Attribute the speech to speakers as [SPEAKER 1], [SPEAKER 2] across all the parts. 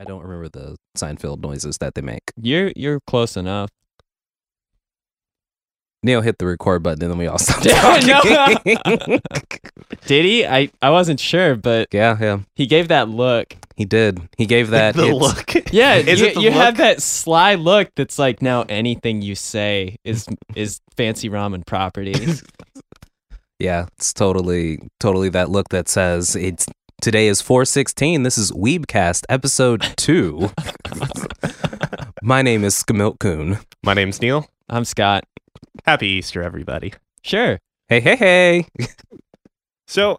[SPEAKER 1] I don't remember the Seinfeld noises that they make.
[SPEAKER 2] You're you're close enough.
[SPEAKER 1] Neil hit the record button, and then we all stopped
[SPEAKER 2] No.
[SPEAKER 1] talking.
[SPEAKER 2] Did he? I, I wasn't sure, but
[SPEAKER 1] yeah, yeah,
[SPEAKER 2] he gave that look.
[SPEAKER 1] he did. He gave that.
[SPEAKER 3] the
[SPEAKER 1] it's-
[SPEAKER 3] look.
[SPEAKER 2] Yeah,
[SPEAKER 3] Is
[SPEAKER 2] you,
[SPEAKER 3] it the
[SPEAKER 2] you have
[SPEAKER 3] look?
[SPEAKER 2] that sly look that's like now anything you say is is fancy ramen property.
[SPEAKER 1] Yeah, it's totally, totally that look that says it's today is four sixteen. This is Weebcast episode two. My name is Skamilk Coon.
[SPEAKER 3] My name's Neil.
[SPEAKER 2] I'm Scott.
[SPEAKER 3] Happy Easter, everybody.
[SPEAKER 2] Sure.
[SPEAKER 1] Hey, hey, hey!
[SPEAKER 3] So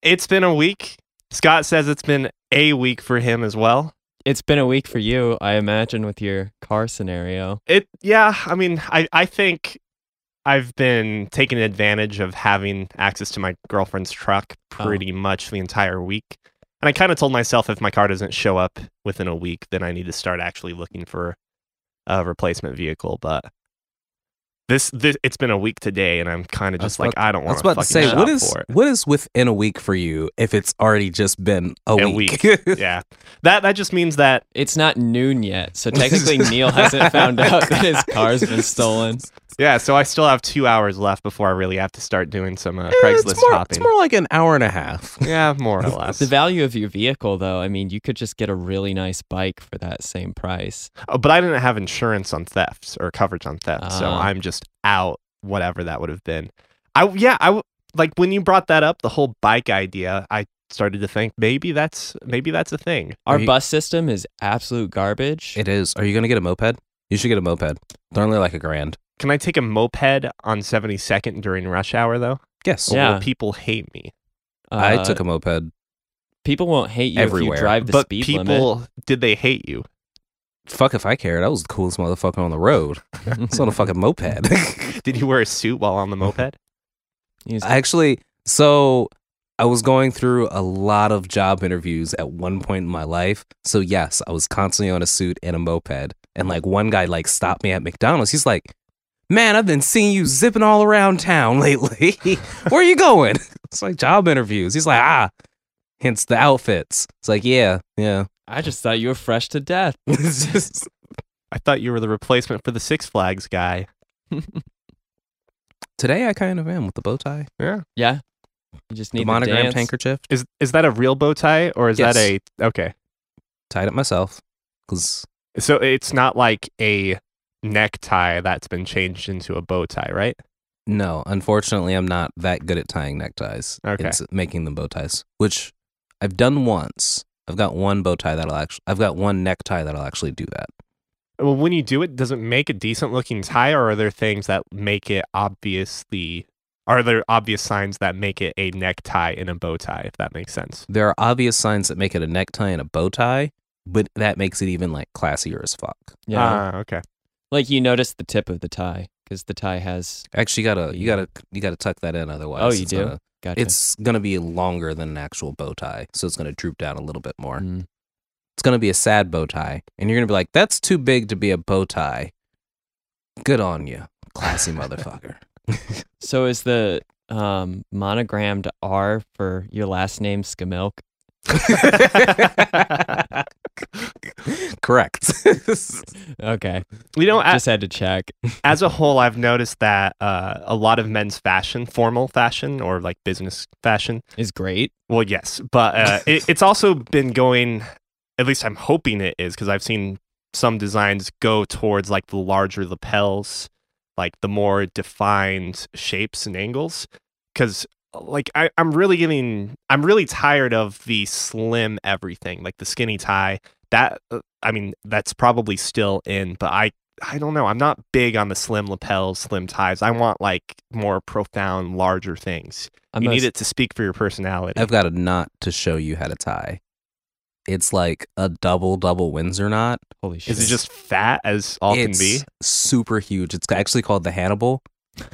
[SPEAKER 3] it's been a week. Scott says it's been a week for him as well.
[SPEAKER 2] It's been a week for you, I imagine, with your car scenario.
[SPEAKER 3] It yeah, I mean, I, I think I've been taking advantage of having access to my girlfriend's truck
[SPEAKER 2] Oh.
[SPEAKER 3] pretty much the entire week. And I kind of told myself if my car doesn't show up within a week, then I need to start actually looking for a replacement vehicle, but this, this it's been a week today and I'm kind of
[SPEAKER 1] I was
[SPEAKER 3] just like I don't
[SPEAKER 1] I
[SPEAKER 3] want
[SPEAKER 1] was about to say,
[SPEAKER 3] shop
[SPEAKER 1] what is
[SPEAKER 3] for it.
[SPEAKER 1] what is within a week for you if it's already just been a,
[SPEAKER 3] A yeah. That that just means that
[SPEAKER 2] It's not noon yet, so technically Neil hasn't found out that his car's been stolen.
[SPEAKER 3] yeah, so I still have two hours left before I really have to start doing some uh,
[SPEAKER 1] Eh,
[SPEAKER 3] Craigslist
[SPEAKER 1] it's more,
[SPEAKER 3] hopping.
[SPEAKER 1] It's more like an hour and a half.
[SPEAKER 3] yeah, more or less.
[SPEAKER 2] The value of your vehicle, though, I mean, you could just get a really nice bike for that same price.
[SPEAKER 3] Oh, but I didn't have insurance on thefts or coverage on theft, so
[SPEAKER 2] Ah.
[SPEAKER 3] I'm just out whatever that would have been. I yeah, I w- like when you brought that up, the whole bike idea. I started to think maybe that's maybe that's a thing.
[SPEAKER 2] Our
[SPEAKER 1] Are you-
[SPEAKER 2] bus system is absolute garbage.
[SPEAKER 1] It is. Are you gonna get a moped? You should get a moped. They're only like a grand.
[SPEAKER 3] Can I take a moped on 72nd during rush hour though?
[SPEAKER 1] Yes.
[SPEAKER 3] Or
[SPEAKER 2] Yeah.
[SPEAKER 3] will people hate me?
[SPEAKER 1] I
[SPEAKER 2] Uh,
[SPEAKER 1] took a moped.
[SPEAKER 2] People won't hate you if
[SPEAKER 1] Everywhere.
[SPEAKER 2] you drive the
[SPEAKER 3] but
[SPEAKER 2] speed
[SPEAKER 3] people, did they hate you?
[SPEAKER 1] Fuck if I cared. I was the coolest motherfucker on the road.
[SPEAKER 2] limit.
[SPEAKER 1] It's on a fucking moped.
[SPEAKER 3] Did you wear a suit while on the moped?
[SPEAKER 2] He's-
[SPEAKER 1] Actually, so I was going through a lot of job interviews at one point in my life. So yes, I was constantly on a suit and a moped. And like one guy like stopped me at McDonald's. He's like, "Man, I've been seeing you zipping all around town lately. Where are you going?" It's like job interviews. He's like, "Ah, hence the outfits." It's like, "Yeah, yeah."
[SPEAKER 2] I just thought you were fresh to death.
[SPEAKER 1] It's just-
[SPEAKER 3] I thought you were the replacement for the Six Flags guy.
[SPEAKER 1] today I kind of am with the bow tie,
[SPEAKER 2] Yeah. You just need
[SPEAKER 1] the
[SPEAKER 2] to
[SPEAKER 1] monogrammed
[SPEAKER 2] dance.
[SPEAKER 1] handkerchief.
[SPEAKER 3] Is is that a real bow tie or is that
[SPEAKER 1] Yes.
[SPEAKER 3] a okay?
[SPEAKER 1] Tied it myself because
[SPEAKER 3] So it's not like a necktie that's been changed into a bow tie, right?
[SPEAKER 1] No, unfortunately, I'm not that good at tying neckties.
[SPEAKER 3] Okay.
[SPEAKER 1] It's making them bow ties, which I've done once. I've got one bow tie that'll actually. I've got one necktie that'll actually do that.
[SPEAKER 3] Well, when you do it, does it make a decent looking tie, or are there things that make it obviously? Are there obvious signs that make it a necktie and a bow tie? If that makes sense.
[SPEAKER 1] There are obvious signs that make it a necktie and a bow tie, but that makes it even like classier as fuck.
[SPEAKER 2] Yeah.
[SPEAKER 3] Ah, okay.
[SPEAKER 2] like you notice the tip of the tie because the tie has.
[SPEAKER 1] Actually, you gotta you gotta you gotta tuck that in, otherwise.
[SPEAKER 2] Oh, you
[SPEAKER 1] it's
[SPEAKER 2] do?
[SPEAKER 1] gonna-
[SPEAKER 2] Gotcha.
[SPEAKER 1] it's gonna be longer than an actual bow tie, so it's gonna droop down a little bit more.
[SPEAKER 2] Mm.
[SPEAKER 1] It's gonna be a sad bow tie, and you're gonna be like, "That's too big to be a bow tie." Good on you, classy motherfucker.
[SPEAKER 2] So is the um, monogrammed R for your last name Skamilk?
[SPEAKER 1] Correct.
[SPEAKER 2] Okay.
[SPEAKER 3] You know, a-
[SPEAKER 2] just had to check.
[SPEAKER 3] as a whole, I've noticed that uh, a lot of men's fashion, formal fashion, or like business fashion,
[SPEAKER 2] Is great.
[SPEAKER 3] Well, yes, but uh, it, it's also been going. At least I'm hoping it is because I've seen some designs go towards like the larger lapels, like the more defined shapes and angles. Because like I, I'm really getting, I'm really tired of the slim everything, like the skinny tie. That uh, I mean, that's probably still in, but I. I don't know. I'm not big on the slim lapels, slim ties. I want like more profound, larger things.
[SPEAKER 2] I'm
[SPEAKER 3] you
[SPEAKER 2] a-
[SPEAKER 3] need it to speak for your personality.
[SPEAKER 1] I've got a knot to show you how to tie. It's like a double double Windsor knot.
[SPEAKER 2] Holy shit.
[SPEAKER 3] Is it just fat as all
[SPEAKER 1] it's
[SPEAKER 3] can be?
[SPEAKER 1] super huge. It's actually called the Hannibal.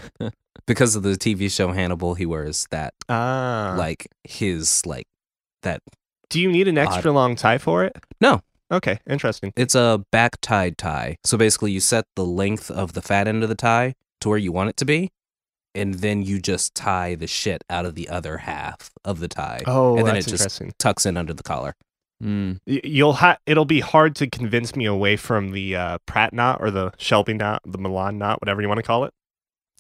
[SPEAKER 1] because of the TV show Hannibal, he wears that
[SPEAKER 3] Ah,
[SPEAKER 1] like his like that
[SPEAKER 3] do you need an extra long tie for it?
[SPEAKER 1] No.
[SPEAKER 3] Okay, interesting.
[SPEAKER 1] it's a back tied tie. So basically you set the length of the fat end of the tie to where you want it to be, and then you just tie the shit out of the other half of the tie.
[SPEAKER 3] Oh,
[SPEAKER 1] And then
[SPEAKER 3] that's
[SPEAKER 1] it just-
[SPEAKER 3] interesting.
[SPEAKER 1] tucks in under the collar.
[SPEAKER 2] Mm.
[SPEAKER 3] Y- You'll ha- it'll be hard to convince me away from the uh, Pratt knot or the Shelby knot, the Milan knot, whatever you want to call it.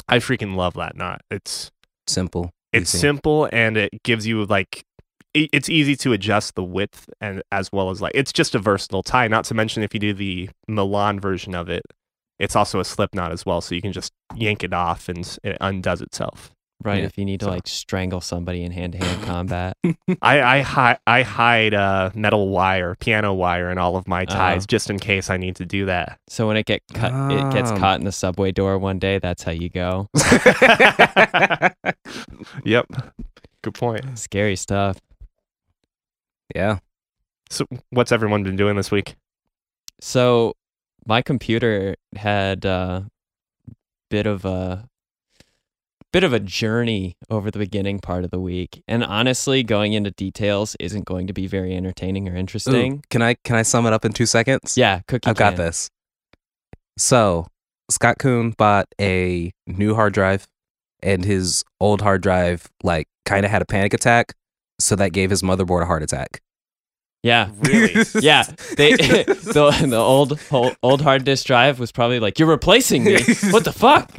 [SPEAKER 3] I freaking love that knot. It's
[SPEAKER 1] Simple.
[SPEAKER 3] it's
[SPEAKER 1] easy.
[SPEAKER 3] simple and it gives you like e- it's easy to adjust the width and as well as like it's just a versatile tie. Not to mention if you do the Milan version of it, it's also a slip knot as well, so you can just yank it off and s- it undoes itself.
[SPEAKER 2] Right.
[SPEAKER 1] Yeah,
[SPEAKER 2] If you need to
[SPEAKER 3] so-
[SPEAKER 2] like strangle somebody in hand to hand combat.
[SPEAKER 3] I I, hi- I hide uh, metal wire, piano wire, in all of my ties
[SPEAKER 2] Oh.
[SPEAKER 3] just in case I need to do that.
[SPEAKER 2] So when it get cut, it gets
[SPEAKER 1] Ah.
[SPEAKER 2] caught in the subway door one day. That's how you go.
[SPEAKER 3] yep, good point.
[SPEAKER 2] Scary stuff.
[SPEAKER 1] yeah.
[SPEAKER 3] So what's everyone been doing this week?
[SPEAKER 2] So my computer had a bit of a bit of a journey over the beginning part of the week. And honestly, going into details isn't going to be very entertaining or
[SPEAKER 1] Ooh,
[SPEAKER 2] interesting.
[SPEAKER 1] can I can I sum it up in two seconds?
[SPEAKER 2] Yeah, cookie.
[SPEAKER 1] I've got
[SPEAKER 2] can.
[SPEAKER 1] this. So Scott Coon bought a new hard drive, and his old hard drive like kind of had a panic attack, so that gave his motherboard a heart attack.
[SPEAKER 3] Uh,
[SPEAKER 2] Yeah. Yeah, They the, the old old- old hard disk drive was probably like you're replacing me. What the fuck?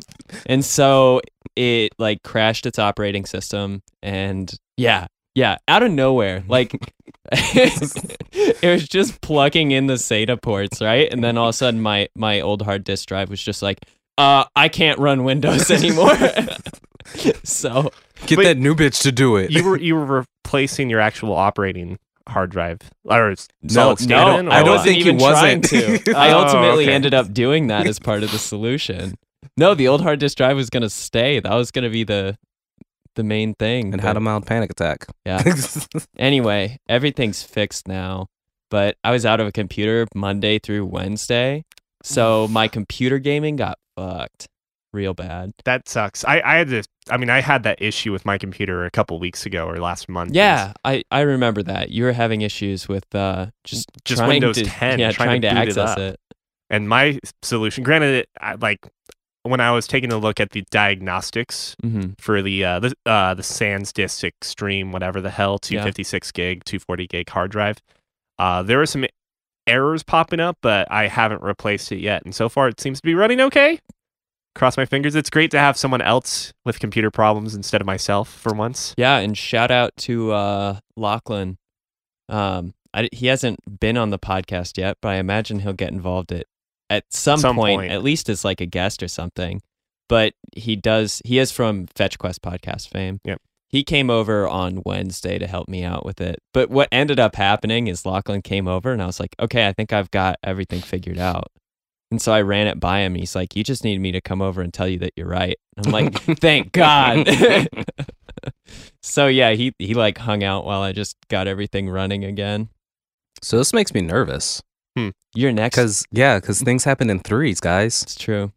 [SPEAKER 2] And so it like crashed its operating system and yeah, yeah, out of nowhere. Like it was just plugging in the SATA ports, right? And then all of a sudden my my old hard disk drive was just like uh, I can't run Windows anymore. so
[SPEAKER 1] get
[SPEAKER 3] Wait.
[SPEAKER 1] that new bitch to do it.
[SPEAKER 3] you were you were replacing your actual operating hard drive or s-
[SPEAKER 1] No,
[SPEAKER 3] solid state?
[SPEAKER 1] no,
[SPEAKER 3] in, or
[SPEAKER 1] I don't
[SPEAKER 3] what?
[SPEAKER 1] think- he
[SPEAKER 2] even trying
[SPEAKER 1] wasn't.
[SPEAKER 2] to. I
[SPEAKER 3] Oh,
[SPEAKER 2] ultimately
[SPEAKER 3] okay.
[SPEAKER 2] ended up doing that as part of the solution. No, the old hard disk drive was gonna stay. That was gonna be the the main thing.
[SPEAKER 1] and
[SPEAKER 2] but
[SPEAKER 1] had a mild panic attack.
[SPEAKER 2] Yeah. anyway, everything's fixed now. But I was out of a computer Monday through Wednesday, so my computer gaming got fucked real bad.
[SPEAKER 3] that sucks. I I had this. I mean, I had that issue with my computer a couple weeks ago or last month.
[SPEAKER 2] Yeah, I, I remember that you were having issues with uh, just
[SPEAKER 3] Just
[SPEAKER 2] trying
[SPEAKER 3] Windows
[SPEAKER 2] to,
[SPEAKER 3] 10,
[SPEAKER 2] yeah,
[SPEAKER 3] trying to boot it
[SPEAKER 2] access
[SPEAKER 3] up.
[SPEAKER 2] it.
[SPEAKER 3] And my solution, granted, it, I, like when I was taking a look at the diagnostics
[SPEAKER 2] Mhm.
[SPEAKER 3] for the uh, the uh, the SanDisk Extreme, whatever the hell,
[SPEAKER 2] Yeah.
[SPEAKER 3] 256 gig, 240 gig hard drive. Uh, there were some errors popping up, but I haven't replaced it yet, and so far it seems to be running okay. Cross my fingers. It's great to have someone else with computer problems instead of myself for once.
[SPEAKER 2] Yeah, and shout out to uh, Lachlan. Um, I, he hasn't been on the podcast yet, but I imagine he'll get involved at at some,
[SPEAKER 3] Some
[SPEAKER 2] point,
[SPEAKER 3] point.
[SPEAKER 2] at least as like a guest or something. But he does. He is from Fetch Quest podcast fame.
[SPEAKER 3] Yep.
[SPEAKER 2] He came over on Wednesday to help me out with it. But what ended up happening is Lachlan came over and I was like, okay, I think I've got everything figured out. And so I ran it by him. He's like, you just need me to come over and tell you that you're right. And I'm like, thank God. so yeah, he he like hung out while I just got everything running again.
[SPEAKER 1] so this makes me nervous
[SPEAKER 2] You're next.
[SPEAKER 1] because yeah, because things happen in threes, guys.
[SPEAKER 2] it's true.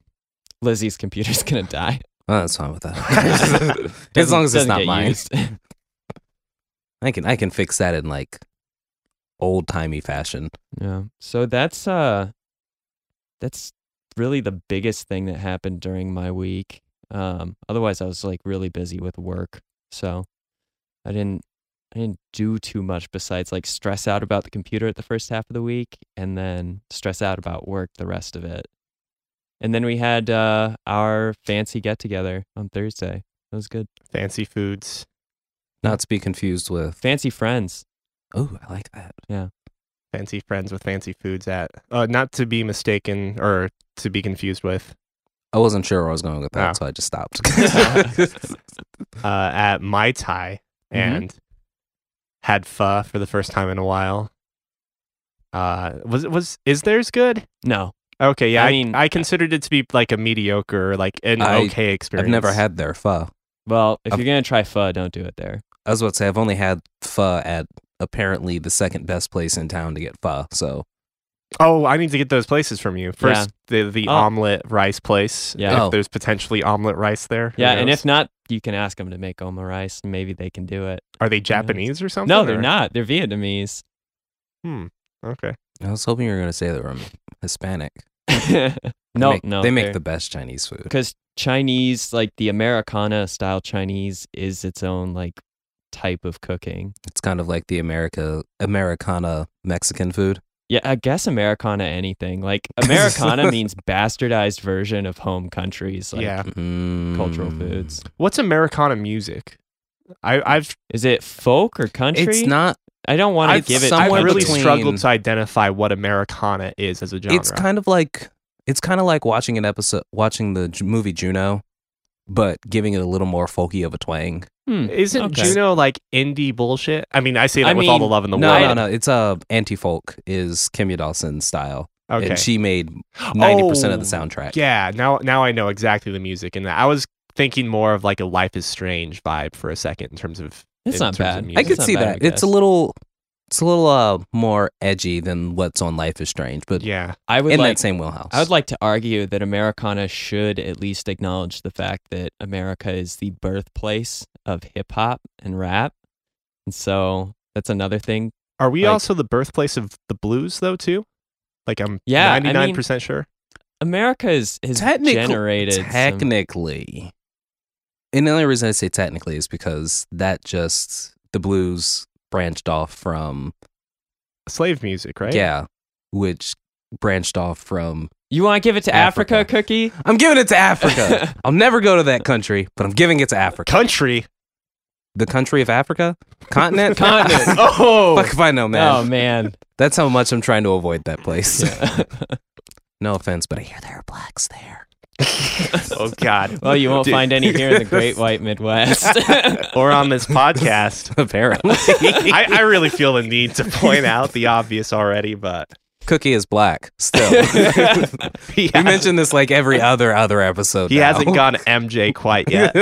[SPEAKER 2] Lizzie's computer's gonna die.
[SPEAKER 1] Oh, that's fine with that. as long as it's
[SPEAKER 2] Doesn't
[SPEAKER 1] not
[SPEAKER 2] get
[SPEAKER 1] mine,
[SPEAKER 2] used.
[SPEAKER 1] I can I can fix that in like old timey fashion.
[SPEAKER 2] yeah. So that's uh, that's really the biggest thing that happened during my week. Um, otherwise I was like really busy with work, so I didn't I didn't do too much besides like stress out about the computer at the first half of the week and then stress out about work the rest of it. And then we had uh, our fancy get together on Thursday. That was good.
[SPEAKER 3] Fancy foods.
[SPEAKER 1] Not to be confused with.
[SPEAKER 2] Fancy friends.
[SPEAKER 1] Oh, I like that.
[SPEAKER 3] fancy friends with fancy foods at uh, not to be mistaken or to be confused with
[SPEAKER 1] I wasn't sure where I was going with that,
[SPEAKER 3] Ah.
[SPEAKER 1] so I just stopped.
[SPEAKER 3] uh, at Mai Tai
[SPEAKER 2] Mhm.
[SPEAKER 3] and had pho for the first time in a while. Uh, was was is theirs good?
[SPEAKER 2] No.
[SPEAKER 3] Okay, yeah,
[SPEAKER 2] I
[SPEAKER 3] I,
[SPEAKER 2] mean-
[SPEAKER 3] I considered it to be like a mediocre, or like an
[SPEAKER 1] I-
[SPEAKER 3] okay experience.
[SPEAKER 1] I've never had their pho.
[SPEAKER 2] Well, if
[SPEAKER 1] Um,
[SPEAKER 2] you're gonna try pho, don't do it there.
[SPEAKER 1] I was about to say I've only had pho at apparently the second best place in town to get pho. So
[SPEAKER 3] Oh, I need to get those places from you first. The the
[SPEAKER 2] Oh.
[SPEAKER 3] omelet rice place.
[SPEAKER 2] Yeah.
[SPEAKER 3] if
[SPEAKER 1] Oh.
[SPEAKER 3] there's potentially omelet rice there. who
[SPEAKER 2] Yeah, and
[SPEAKER 3] knows?
[SPEAKER 2] if not, you can ask them to make oma rice. and Maybe they can do it.
[SPEAKER 3] are they Japanese or something?
[SPEAKER 2] No, they're
[SPEAKER 3] or-
[SPEAKER 2] not. They're Vietnamese.
[SPEAKER 3] Okay,
[SPEAKER 1] I was hoping you were going to say that I'm Hispanic. They
[SPEAKER 2] no,
[SPEAKER 1] make-
[SPEAKER 2] no,
[SPEAKER 1] they make the best Chinese food.
[SPEAKER 2] because Chinese, like the Americana style Chinese, is its own like type of cooking.
[SPEAKER 1] It's kind of like the America Americana Mexican food.
[SPEAKER 2] Yeah, I guess Americana anything. Like Americana means bastardized version of home countries, like
[SPEAKER 3] yeah.
[SPEAKER 1] Mm.
[SPEAKER 2] cultural foods.
[SPEAKER 3] What's Americana music? I, I've
[SPEAKER 2] Is it folk or country?
[SPEAKER 1] It's not.
[SPEAKER 2] I don't want to
[SPEAKER 1] I've-
[SPEAKER 2] give it.
[SPEAKER 1] Somewhere
[SPEAKER 3] I've really
[SPEAKER 1] between-
[SPEAKER 3] struggled to identify what Americana is as a genre.
[SPEAKER 1] It's kind of like it's kind of like watching an episode, watching the J- movie Juno, but giving it a little more folky of a twang.
[SPEAKER 2] Hmm.
[SPEAKER 3] Isn't
[SPEAKER 2] Okay.
[SPEAKER 3] Juno like indie bullshit? I mean, I say that
[SPEAKER 2] I
[SPEAKER 3] with all the
[SPEAKER 2] mean,
[SPEAKER 3] love in the
[SPEAKER 1] No,
[SPEAKER 3] world.
[SPEAKER 1] no, no. It's uh, anti folk is Kim Dawson style,
[SPEAKER 3] Okay.
[SPEAKER 1] and she made ninety percent of the
[SPEAKER 3] Oh,
[SPEAKER 1] soundtrack.
[SPEAKER 3] Yeah, now now I know exactly the music and that. I was thinking more of like a Life is Strange vibe for a second in terms of
[SPEAKER 2] It's
[SPEAKER 3] in
[SPEAKER 2] not
[SPEAKER 3] terms
[SPEAKER 2] bad.
[SPEAKER 3] of
[SPEAKER 1] I
[SPEAKER 3] music.
[SPEAKER 1] could
[SPEAKER 2] not
[SPEAKER 1] see
[SPEAKER 2] bad,
[SPEAKER 1] that.
[SPEAKER 2] I
[SPEAKER 1] It's a
[SPEAKER 2] guess.
[SPEAKER 1] little, it's a little uh more edgy than what's on Life is Strange, but
[SPEAKER 3] yeah.
[SPEAKER 2] I would
[SPEAKER 1] in
[SPEAKER 2] like.
[SPEAKER 1] that same wheelhouse.
[SPEAKER 2] I would like to argue that Americana should at least acknowledge the fact that America is the birthplace of hip hop and rap. And so that's another thing.
[SPEAKER 3] Are we
[SPEAKER 2] Like-
[SPEAKER 3] also the birthplace of the blues though too? Like I'm
[SPEAKER 2] Yeah, I mean-
[SPEAKER 3] 99% sure.
[SPEAKER 2] America is, has
[SPEAKER 1] Technical-
[SPEAKER 2] generated. some-
[SPEAKER 1] technically. And the only reason I say technically is because that just the blues branched off from
[SPEAKER 3] Slave music, right?
[SPEAKER 1] yeah, which branched off from.
[SPEAKER 2] you want to give it to Africa,
[SPEAKER 1] Africa.
[SPEAKER 2] Cookie?
[SPEAKER 1] I'm giving it to Africa. I'll never go to that country, but I'm giving it to Africa.
[SPEAKER 3] Country.
[SPEAKER 1] The country of Africa, continent,
[SPEAKER 2] Continent.
[SPEAKER 3] Oh.
[SPEAKER 1] Fuck if I know, man.
[SPEAKER 2] Oh, man.
[SPEAKER 1] That's how much I'm trying to avoid that place.
[SPEAKER 2] Yeah.
[SPEAKER 1] No offense, but I hear there are blacks there.
[SPEAKER 3] oh god.
[SPEAKER 2] well, you won't
[SPEAKER 3] Dude.
[SPEAKER 2] find any here in the great white Midwest.
[SPEAKER 3] or on this podcast.
[SPEAKER 1] Apparently,
[SPEAKER 3] I, I really feel the need to point out the obvious already, but
[SPEAKER 1] Cookie is black still.
[SPEAKER 3] he,
[SPEAKER 1] We
[SPEAKER 3] has,
[SPEAKER 1] mention this like every other other episode.
[SPEAKER 3] he
[SPEAKER 1] now.
[SPEAKER 3] hasn't gone MJ quite yet.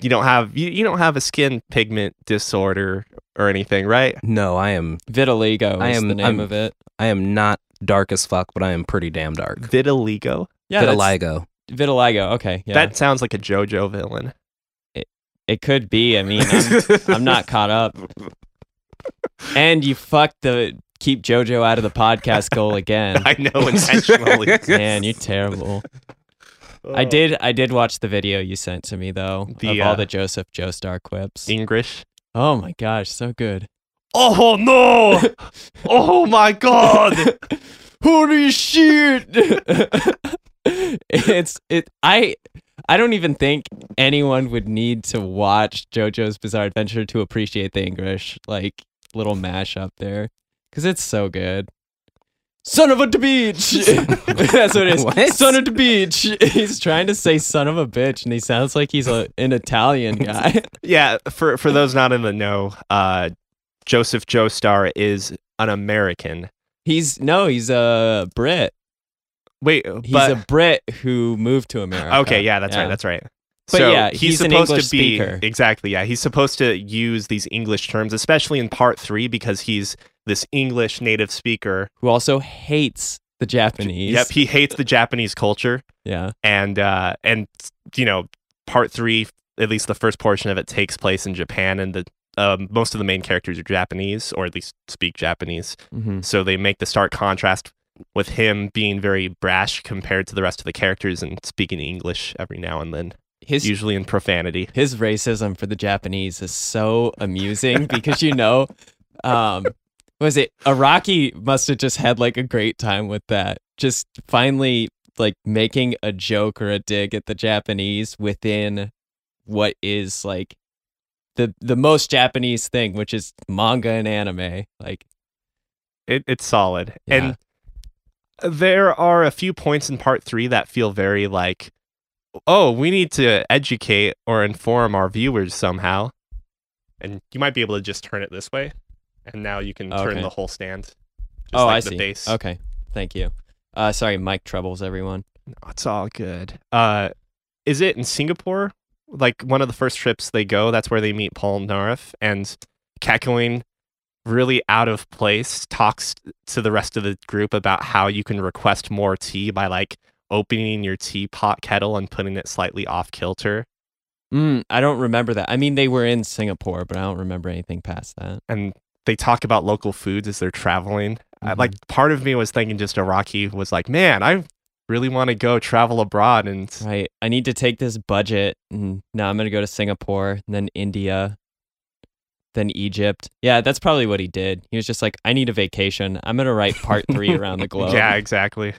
[SPEAKER 3] you don't have you, you don't have a skin pigment disorder or anything, right?
[SPEAKER 1] no, I am.
[SPEAKER 2] Vitiligo is
[SPEAKER 1] I am-
[SPEAKER 2] the name
[SPEAKER 1] I'm-
[SPEAKER 2] of it.
[SPEAKER 1] I am not dark as fuck, but I am pretty damn dark.
[SPEAKER 3] Vitiligo.
[SPEAKER 2] Yeah, that's-
[SPEAKER 1] Vitiligo.
[SPEAKER 2] Vitiligo. Okay. Yeah.
[SPEAKER 3] That sounds like a JoJo villain.
[SPEAKER 2] It could be. I mean, I'm, I'm not caught up. And you fucked the keep JoJo out of the podcast goal again.
[SPEAKER 3] I know intentionally.
[SPEAKER 2] Man, you're terrible. I did. I did watch the video you sent to me though of
[SPEAKER 3] Oh. The,
[SPEAKER 2] all
[SPEAKER 3] uh,
[SPEAKER 2] the Joseph Joestar quips.
[SPEAKER 3] English.
[SPEAKER 2] Oh my gosh, so good.
[SPEAKER 3] Oh no! oh my god!
[SPEAKER 2] Holy shit! it's it. I I don't even think anyone would need to watch JoJo's Bizarre Adventure to appreciate the English like little mashup there, because it's so good. Son of a the beach. That's what it is.
[SPEAKER 1] What?
[SPEAKER 2] Son of the beach. he's trying to say son of a bitch, and he sounds like he's a, an Italian guy.
[SPEAKER 3] Yeah, for for those not in the know, uh, Joseph Joestar is an American.
[SPEAKER 2] he's no, he's a Brit.
[SPEAKER 3] Wait,
[SPEAKER 2] He's
[SPEAKER 3] but
[SPEAKER 2] a Brit who moved to America.
[SPEAKER 3] okay, yeah, that's right, that's right.
[SPEAKER 2] But
[SPEAKER 3] so
[SPEAKER 2] yeah,
[SPEAKER 3] he's,
[SPEAKER 2] he's an
[SPEAKER 3] supposed
[SPEAKER 2] English
[SPEAKER 3] to be
[SPEAKER 2] speaker.
[SPEAKER 3] exactly yeah. He's supposed to use these English terms, especially in part three, because he's this English native speaker.
[SPEAKER 2] who also hates the Japanese.
[SPEAKER 3] Yep, he hates the Japanese culture.
[SPEAKER 2] yeah.
[SPEAKER 3] and uh and you know part three at least the first portion of it takes place in japan and the um, most of the main characters are japanese or at least speak japanese
[SPEAKER 2] Mm-hmm.
[SPEAKER 3] so they make the stark contrast with him being very brash compared to the rest of the characters and speaking english every now and then
[SPEAKER 2] His
[SPEAKER 3] usually in profanity
[SPEAKER 2] his racism for the Japanese is so amusing because you know, um, was it Iraqi must have just had like a great time with that. Just finally like making a joke or a dig at the Japanese within what is like the the most Japanese thing, which is manga and anime. Like
[SPEAKER 3] it, it's solid
[SPEAKER 2] Yeah.
[SPEAKER 3] and there are a few points in part three that feel very like oh we need to educate or inform our viewers somehow and you might be able to just turn it this way and now you can
[SPEAKER 2] Okay.
[SPEAKER 3] turn the whole stand just
[SPEAKER 2] oh,
[SPEAKER 3] like
[SPEAKER 2] I
[SPEAKER 3] the
[SPEAKER 2] see.
[SPEAKER 3] base
[SPEAKER 2] Okay, thank you. Uh, sorry, mic troubles, everyone.
[SPEAKER 3] No, it's all good uh is it in singapore like one of the first trips they go that's where they meet paul narif and cackling really out of place talks to the rest of the group about how you can request more tea by like opening your teapot kettle and putting it slightly off kilter
[SPEAKER 2] Mm, I don't remember that. I mean, they were in Singapore, but I don't remember anything past that.
[SPEAKER 3] and they talk about local foods as they're traveling I, like part of me was thinking just iraqi was like man i really want to go travel abroad and
[SPEAKER 2] Right. I need to take this budget, and now I'm gonna go to Singapore, and then India, than Egypt. Yeah, that's probably what he did. He was just like, I need a vacation. I'm gonna write part three around the globe.
[SPEAKER 3] Yeah, exactly.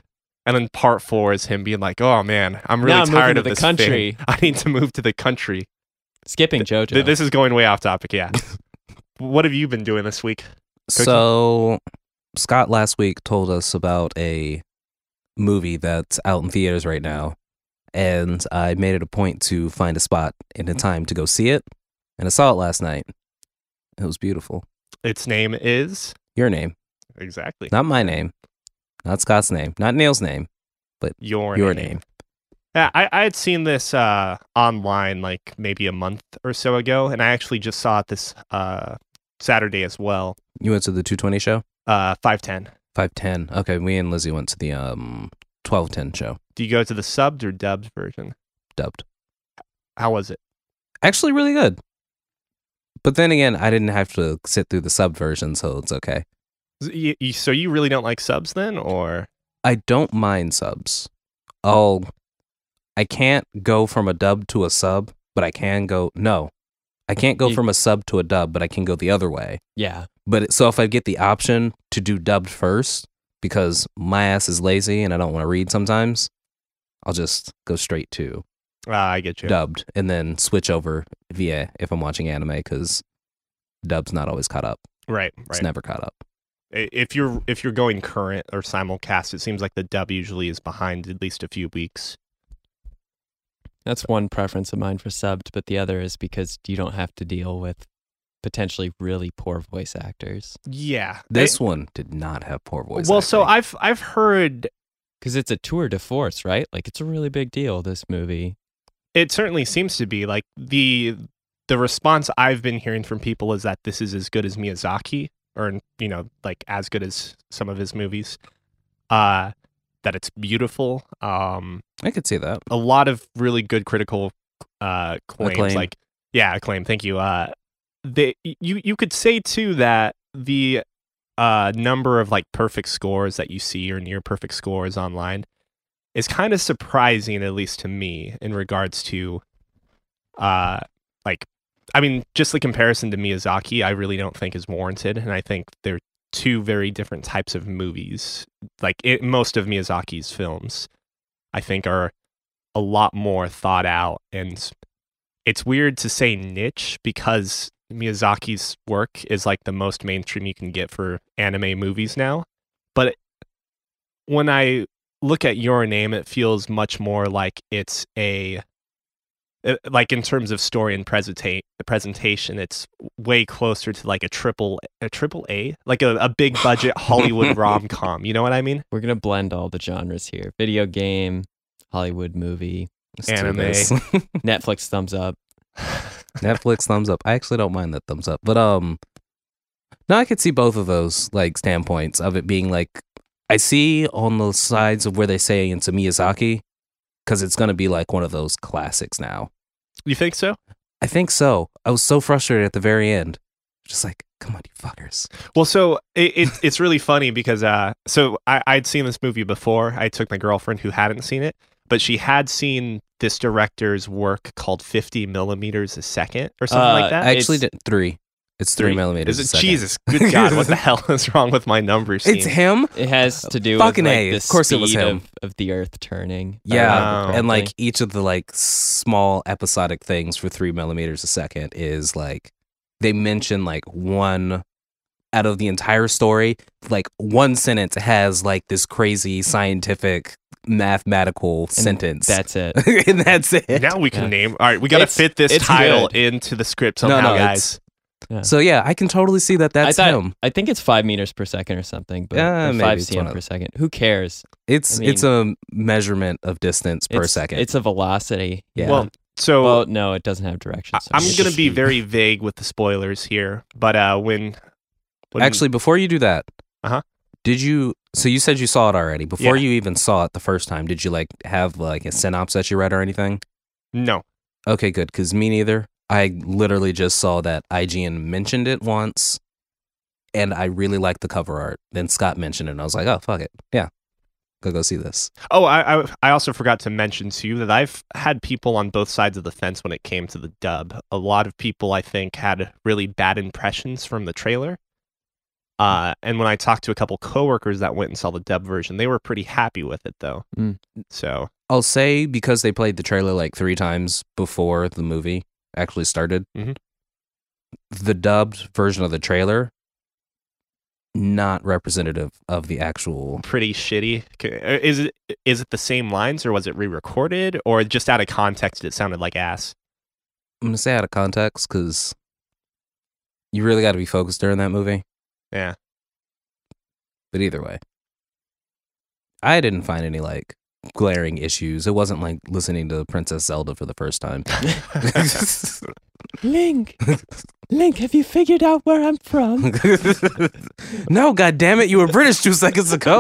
[SPEAKER 3] And then part four is him being like, "Oh man, I'm really
[SPEAKER 2] Now I'm moving
[SPEAKER 3] tired
[SPEAKER 2] to
[SPEAKER 3] of
[SPEAKER 2] the
[SPEAKER 3] this
[SPEAKER 2] country."
[SPEAKER 3] thing. I need to move to the country."
[SPEAKER 2] Skipping JoJo.
[SPEAKER 3] Th- this is going way off topic. Yeah. what have you been doing this week? Cookie?
[SPEAKER 1] So Scott last week told us about a movie that's out in theaters right now, and I made it a point to find a spot and a time to go see it, and I saw it last night. It was beautiful.
[SPEAKER 3] Its name is
[SPEAKER 1] Your name,
[SPEAKER 3] exactly
[SPEAKER 1] not my name, not Scott's name, not Neil's name,
[SPEAKER 3] your
[SPEAKER 1] your
[SPEAKER 3] name.
[SPEAKER 1] name.
[SPEAKER 3] Yeah, I, I had seen this uh, online like maybe a month or so ago, and I actually just saw it this uh, Saturday as well.
[SPEAKER 1] You went to the 220 show?
[SPEAKER 3] Uh, Five ten.
[SPEAKER 1] 510. Okay, me and Lizzie went to the um 1210 show,
[SPEAKER 3] Do you go to the subbed or dubbed version?
[SPEAKER 1] dubbed.
[SPEAKER 3] How was it?
[SPEAKER 1] Actually, really good. But then again, I didn't have to sit through the sub version, so it's okay.
[SPEAKER 3] Z- You, you, so you really don't like subs then, or
[SPEAKER 1] I don't mind subs. I'll I can't go from a dub to a sub, but I can go no. I can't go
[SPEAKER 2] You-
[SPEAKER 1] from a sub to a dub, but I can go the other way.
[SPEAKER 2] yeah.
[SPEAKER 1] But it- so if I get the option to do dubbed first because my ass is lazy and I don't want to read sometimes, I'll just go straight to
[SPEAKER 3] Ah, I get you.
[SPEAKER 1] dubbed and then switch over via if I'm watching anime cuz dub's not always caught up.
[SPEAKER 3] Right, right.
[SPEAKER 1] It's never caught up.
[SPEAKER 3] I- If you're if you're going current or simulcast, it seems like the dub usually is behind at least a few weeks.
[SPEAKER 2] That's one preference of mine for subbed, but the other is because you don't have to deal with potentially really poor voice actors
[SPEAKER 3] Yeah,
[SPEAKER 1] This one did not have poor voice.
[SPEAKER 3] well, so
[SPEAKER 1] acting.
[SPEAKER 3] I've I've heard
[SPEAKER 2] because it's a tour de force, right? Like it's a really big deal. This movie.
[SPEAKER 3] it certainly seems to be like the the response I've been hearing from people is that this is as good as Miyazaki or you know like as good as some of his movies uh that it's beautiful um
[SPEAKER 1] I could see that.
[SPEAKER 3] a lot of really good critical uh claims
[SPEAKER 1] Acclaim.
[SPEAKER 3] like yeah acclaim thank you uh they you you could say too that the uh number of like perfect scores that you see or near perfect scores online is kind of surprising at least to me in regards to uh like i mean just the comparison to miyazaki i really don't think is warranted and i think they're two very different types of movies like it, most of miyazaki's films i think are a lot more thought out and it's weird to say niche because Miyazaki's work is like the most mainstream you can get for anime movies now. But when I look at your name, it feels much more like it's a uh, like in terms of story and presenta- presentation, it's way closer to like a triple a triple A, like a, a big budget Hollywood rom com. You know what I mean?
[SPEAKER 2] We're gonna blend all the genres here: video game, Hollywood movie,
[SPEAKER 1] Let's do
[SPEAKER 3] Anime.
[SPEAKER 1] this.
[SPEAKER 2] Netflix thumbs up.
[SPEAKER 1] Netflix thumbs up. I actually don't mind that thumbs up, but um, no, I could see both of those like standpoints of it being like I see on the sides of where they say it's a Miyazaki because it's gonna be like one of those classics now.
[SPEAKER 3] You think so?
[SPEAKER 1] I think so. I was so frustrated at the very end, just like come on, you fuckers.
[SPEAKER 3] Well, so it, it it's really funny because uh, so I, I'd seen this movie before. I took my girlfriend who hadn't seen it, but she had seen this director's work called 50 millimeters a second or something
[SPEAKER 2] Uh,
[SPEAKER 3] like that.
[SPEAKER 1] I actually
[SPEAKER 2] It's-
[SPEAKER 1] did three. It's three,
[SPEAKER 3] Three.
[SPEAKER 1] millimeters. a
[SPEAKER 3] Is it
[SPEAKER 1] second.
[SPEAKER 3] Jesus? Good God! What the hell is wrong with my numbers?
[SPEAKER 1] It's him.
[SPEAKER 2] It has to do
[SPEAKER 1] Fucking
[SPEAKER 2] with like,
[SPEAKER 1] A,
[SPEAKER 2] the
[SPEAKER 1] of course it was
[SPEAKER 2] speed
[SPEAKER 1] him.
[SPEAKER 2] Of, of the Earth turning. uh, if I
[SPEAKER 1] Yeah,
[SPEAKER 2] remember
[SPEAKER 3] Wow.
[SPEAKER 1] and
[SPEAKER 2] correctly.
[SPEAKER 1] like each of the like small episodic things for three millimeters a second is like they mention like one out of the entire story like one sentence has like this crazy scientific mathematical sentence
[SPEAKER 2] that's it.
[SPEAKER 1] and that's it
[SPEAKER 3] Now we can
[SPEAKER 2] Yeah.
[SPEAKER 3] name. All right, we got to
[SPEAKER 2] It's-
[SPEAKER 3] fit this
[SPEAKER 2] it's
[SPEAKER 3] title
[SPEAKER 2] good.
[SPEAKER 3] into the script
[SPEAKER 1] No, no,
[SPEAKER 3] somehow, guys.
[SPEAKER 2] Yeah.
[SPEAKER 1] so yeah i can totally see that that's
[SPEAKER 2] I thought-
[SPEAKER 1] him
[SPEAKER 2] I think it's five meters per second or something, but
[SPEAKER 1] Yeah,
[SPEAKER 2] or
[SPEAKER 1] maybe
[SPEAKER 2] five
[SPEAKER 1] it's one
[SPEAKER 2] cm
[SPEAKER 1] of-
[SPEAKER 2] per second. Who cares?
[SPEAKER 1] it's
[SPEAKER 2] I mean-
[SPEAKER 1] it's a measurement of distance per
[SPEAKER 2] it's,
[SPEAKER 1] second
[SPEAKER 2] It's a velocity.
[SPEAKER 1] Yeah.
[SPEAKER 3] Well, so
[SPEAKER 2] Well, no, it doesn't have directions.
[SPEAKER 3] I, am going to be very vague with the spoilers here, but uh, when, when
[SPEAKER 1] actually before you do that
[SPEAKER 3] Uh-huh.
[SPEAKER 1] did you so you said you saw it already before
[SPEAKER 3] Yeah.
[SPEAKER 1] you even saw it the first time did you like have like a synopsis that you read or anything
[SPEAKER 3] no,
[SPEAKER 1] Okay, good. Because me neither. I literally just saw that IGN mentioned it once, and I really liked the cover art. Then Scott mentioned it, and I was like, oh, fuck it. Yeah. Go go see this.
[SPEAKER 3] Oh, I, I I also forgot to mention to you that I've had people on both sides of the fence when it came to the dub. A lot of people I think had really bad impressions from the trailer. Uh, and when I talked to a couple coworkers that went and saw the dub version, they were pretty happy with it though.
[SPEAKER 2] Mm.
[SPEAKER 3] So
[SPEAKER 1] I'll say because they played the trailer like three times before the movie actually started.
[SPEAKER 3] Mhm.
[SPEAKER 1] The dubbed version of the trailer not representative of the actual.
[SPEAKER 3] pretty shitty. C- uh, Is it is it the same lines or was it re-recorded or just out of context it sounded like ass?
[SPEAKER 1] I'm gonna say out of context because you really got to be focused during that movie.
[SPEAKER 3] Yeah.
[SPEAKER 1] But either way, I didn't find any like glaring issues. It wasn't like listening to Princess Zelda for the first time.
[SPEAKER 2] Link, Link, have you figured out where I'm from?
[SPEAKER 1] no, god damn it, you were British two seconds ago.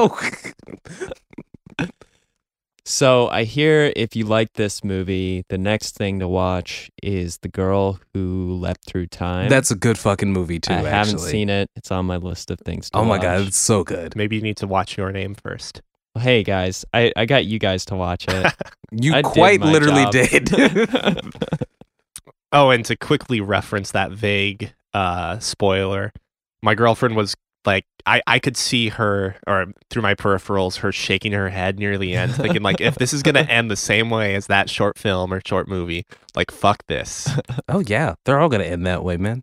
[SPEAKER 2] So I hear if you like this movie, the next thing to watch is The Girl Who Leapt Through Time.
[SPEAKER 1] That's a good fucking movie too.
[SPEAKER 2] I haven't
[SPEAKER 1] actually.
[SPEAKER 2] seen it. It's on my list of things to
[SPEAKER 1] Oh my
[SPEAKER 2] watch.
[SPEAKER 1] god, it's so good.
[SPEAKER 3] Maybe you need to watch your name first.
[SPEAKER 2] Hey guys, I, I got you guys to watch it.
[SPEAKER 1] You
[SPEAKER 2] I did
[SPEAKER 1] quite
[SPEAKER 2] my
[SPEAKER 1] literally
[SPEAKER 2] job.
[SPEAKER 1] did.
[SPEAKER 3] Oh, and to quickly reference that vague uh, spoiler, my girlfriend was like, I, I could see her, or through my peripherals, her shaking her head near the end, thinking like, if this is gonna end the same way as that short film or short movie, like fuck this.
[SPEAKER 1] oh yeah, they're all gonna end that way, man.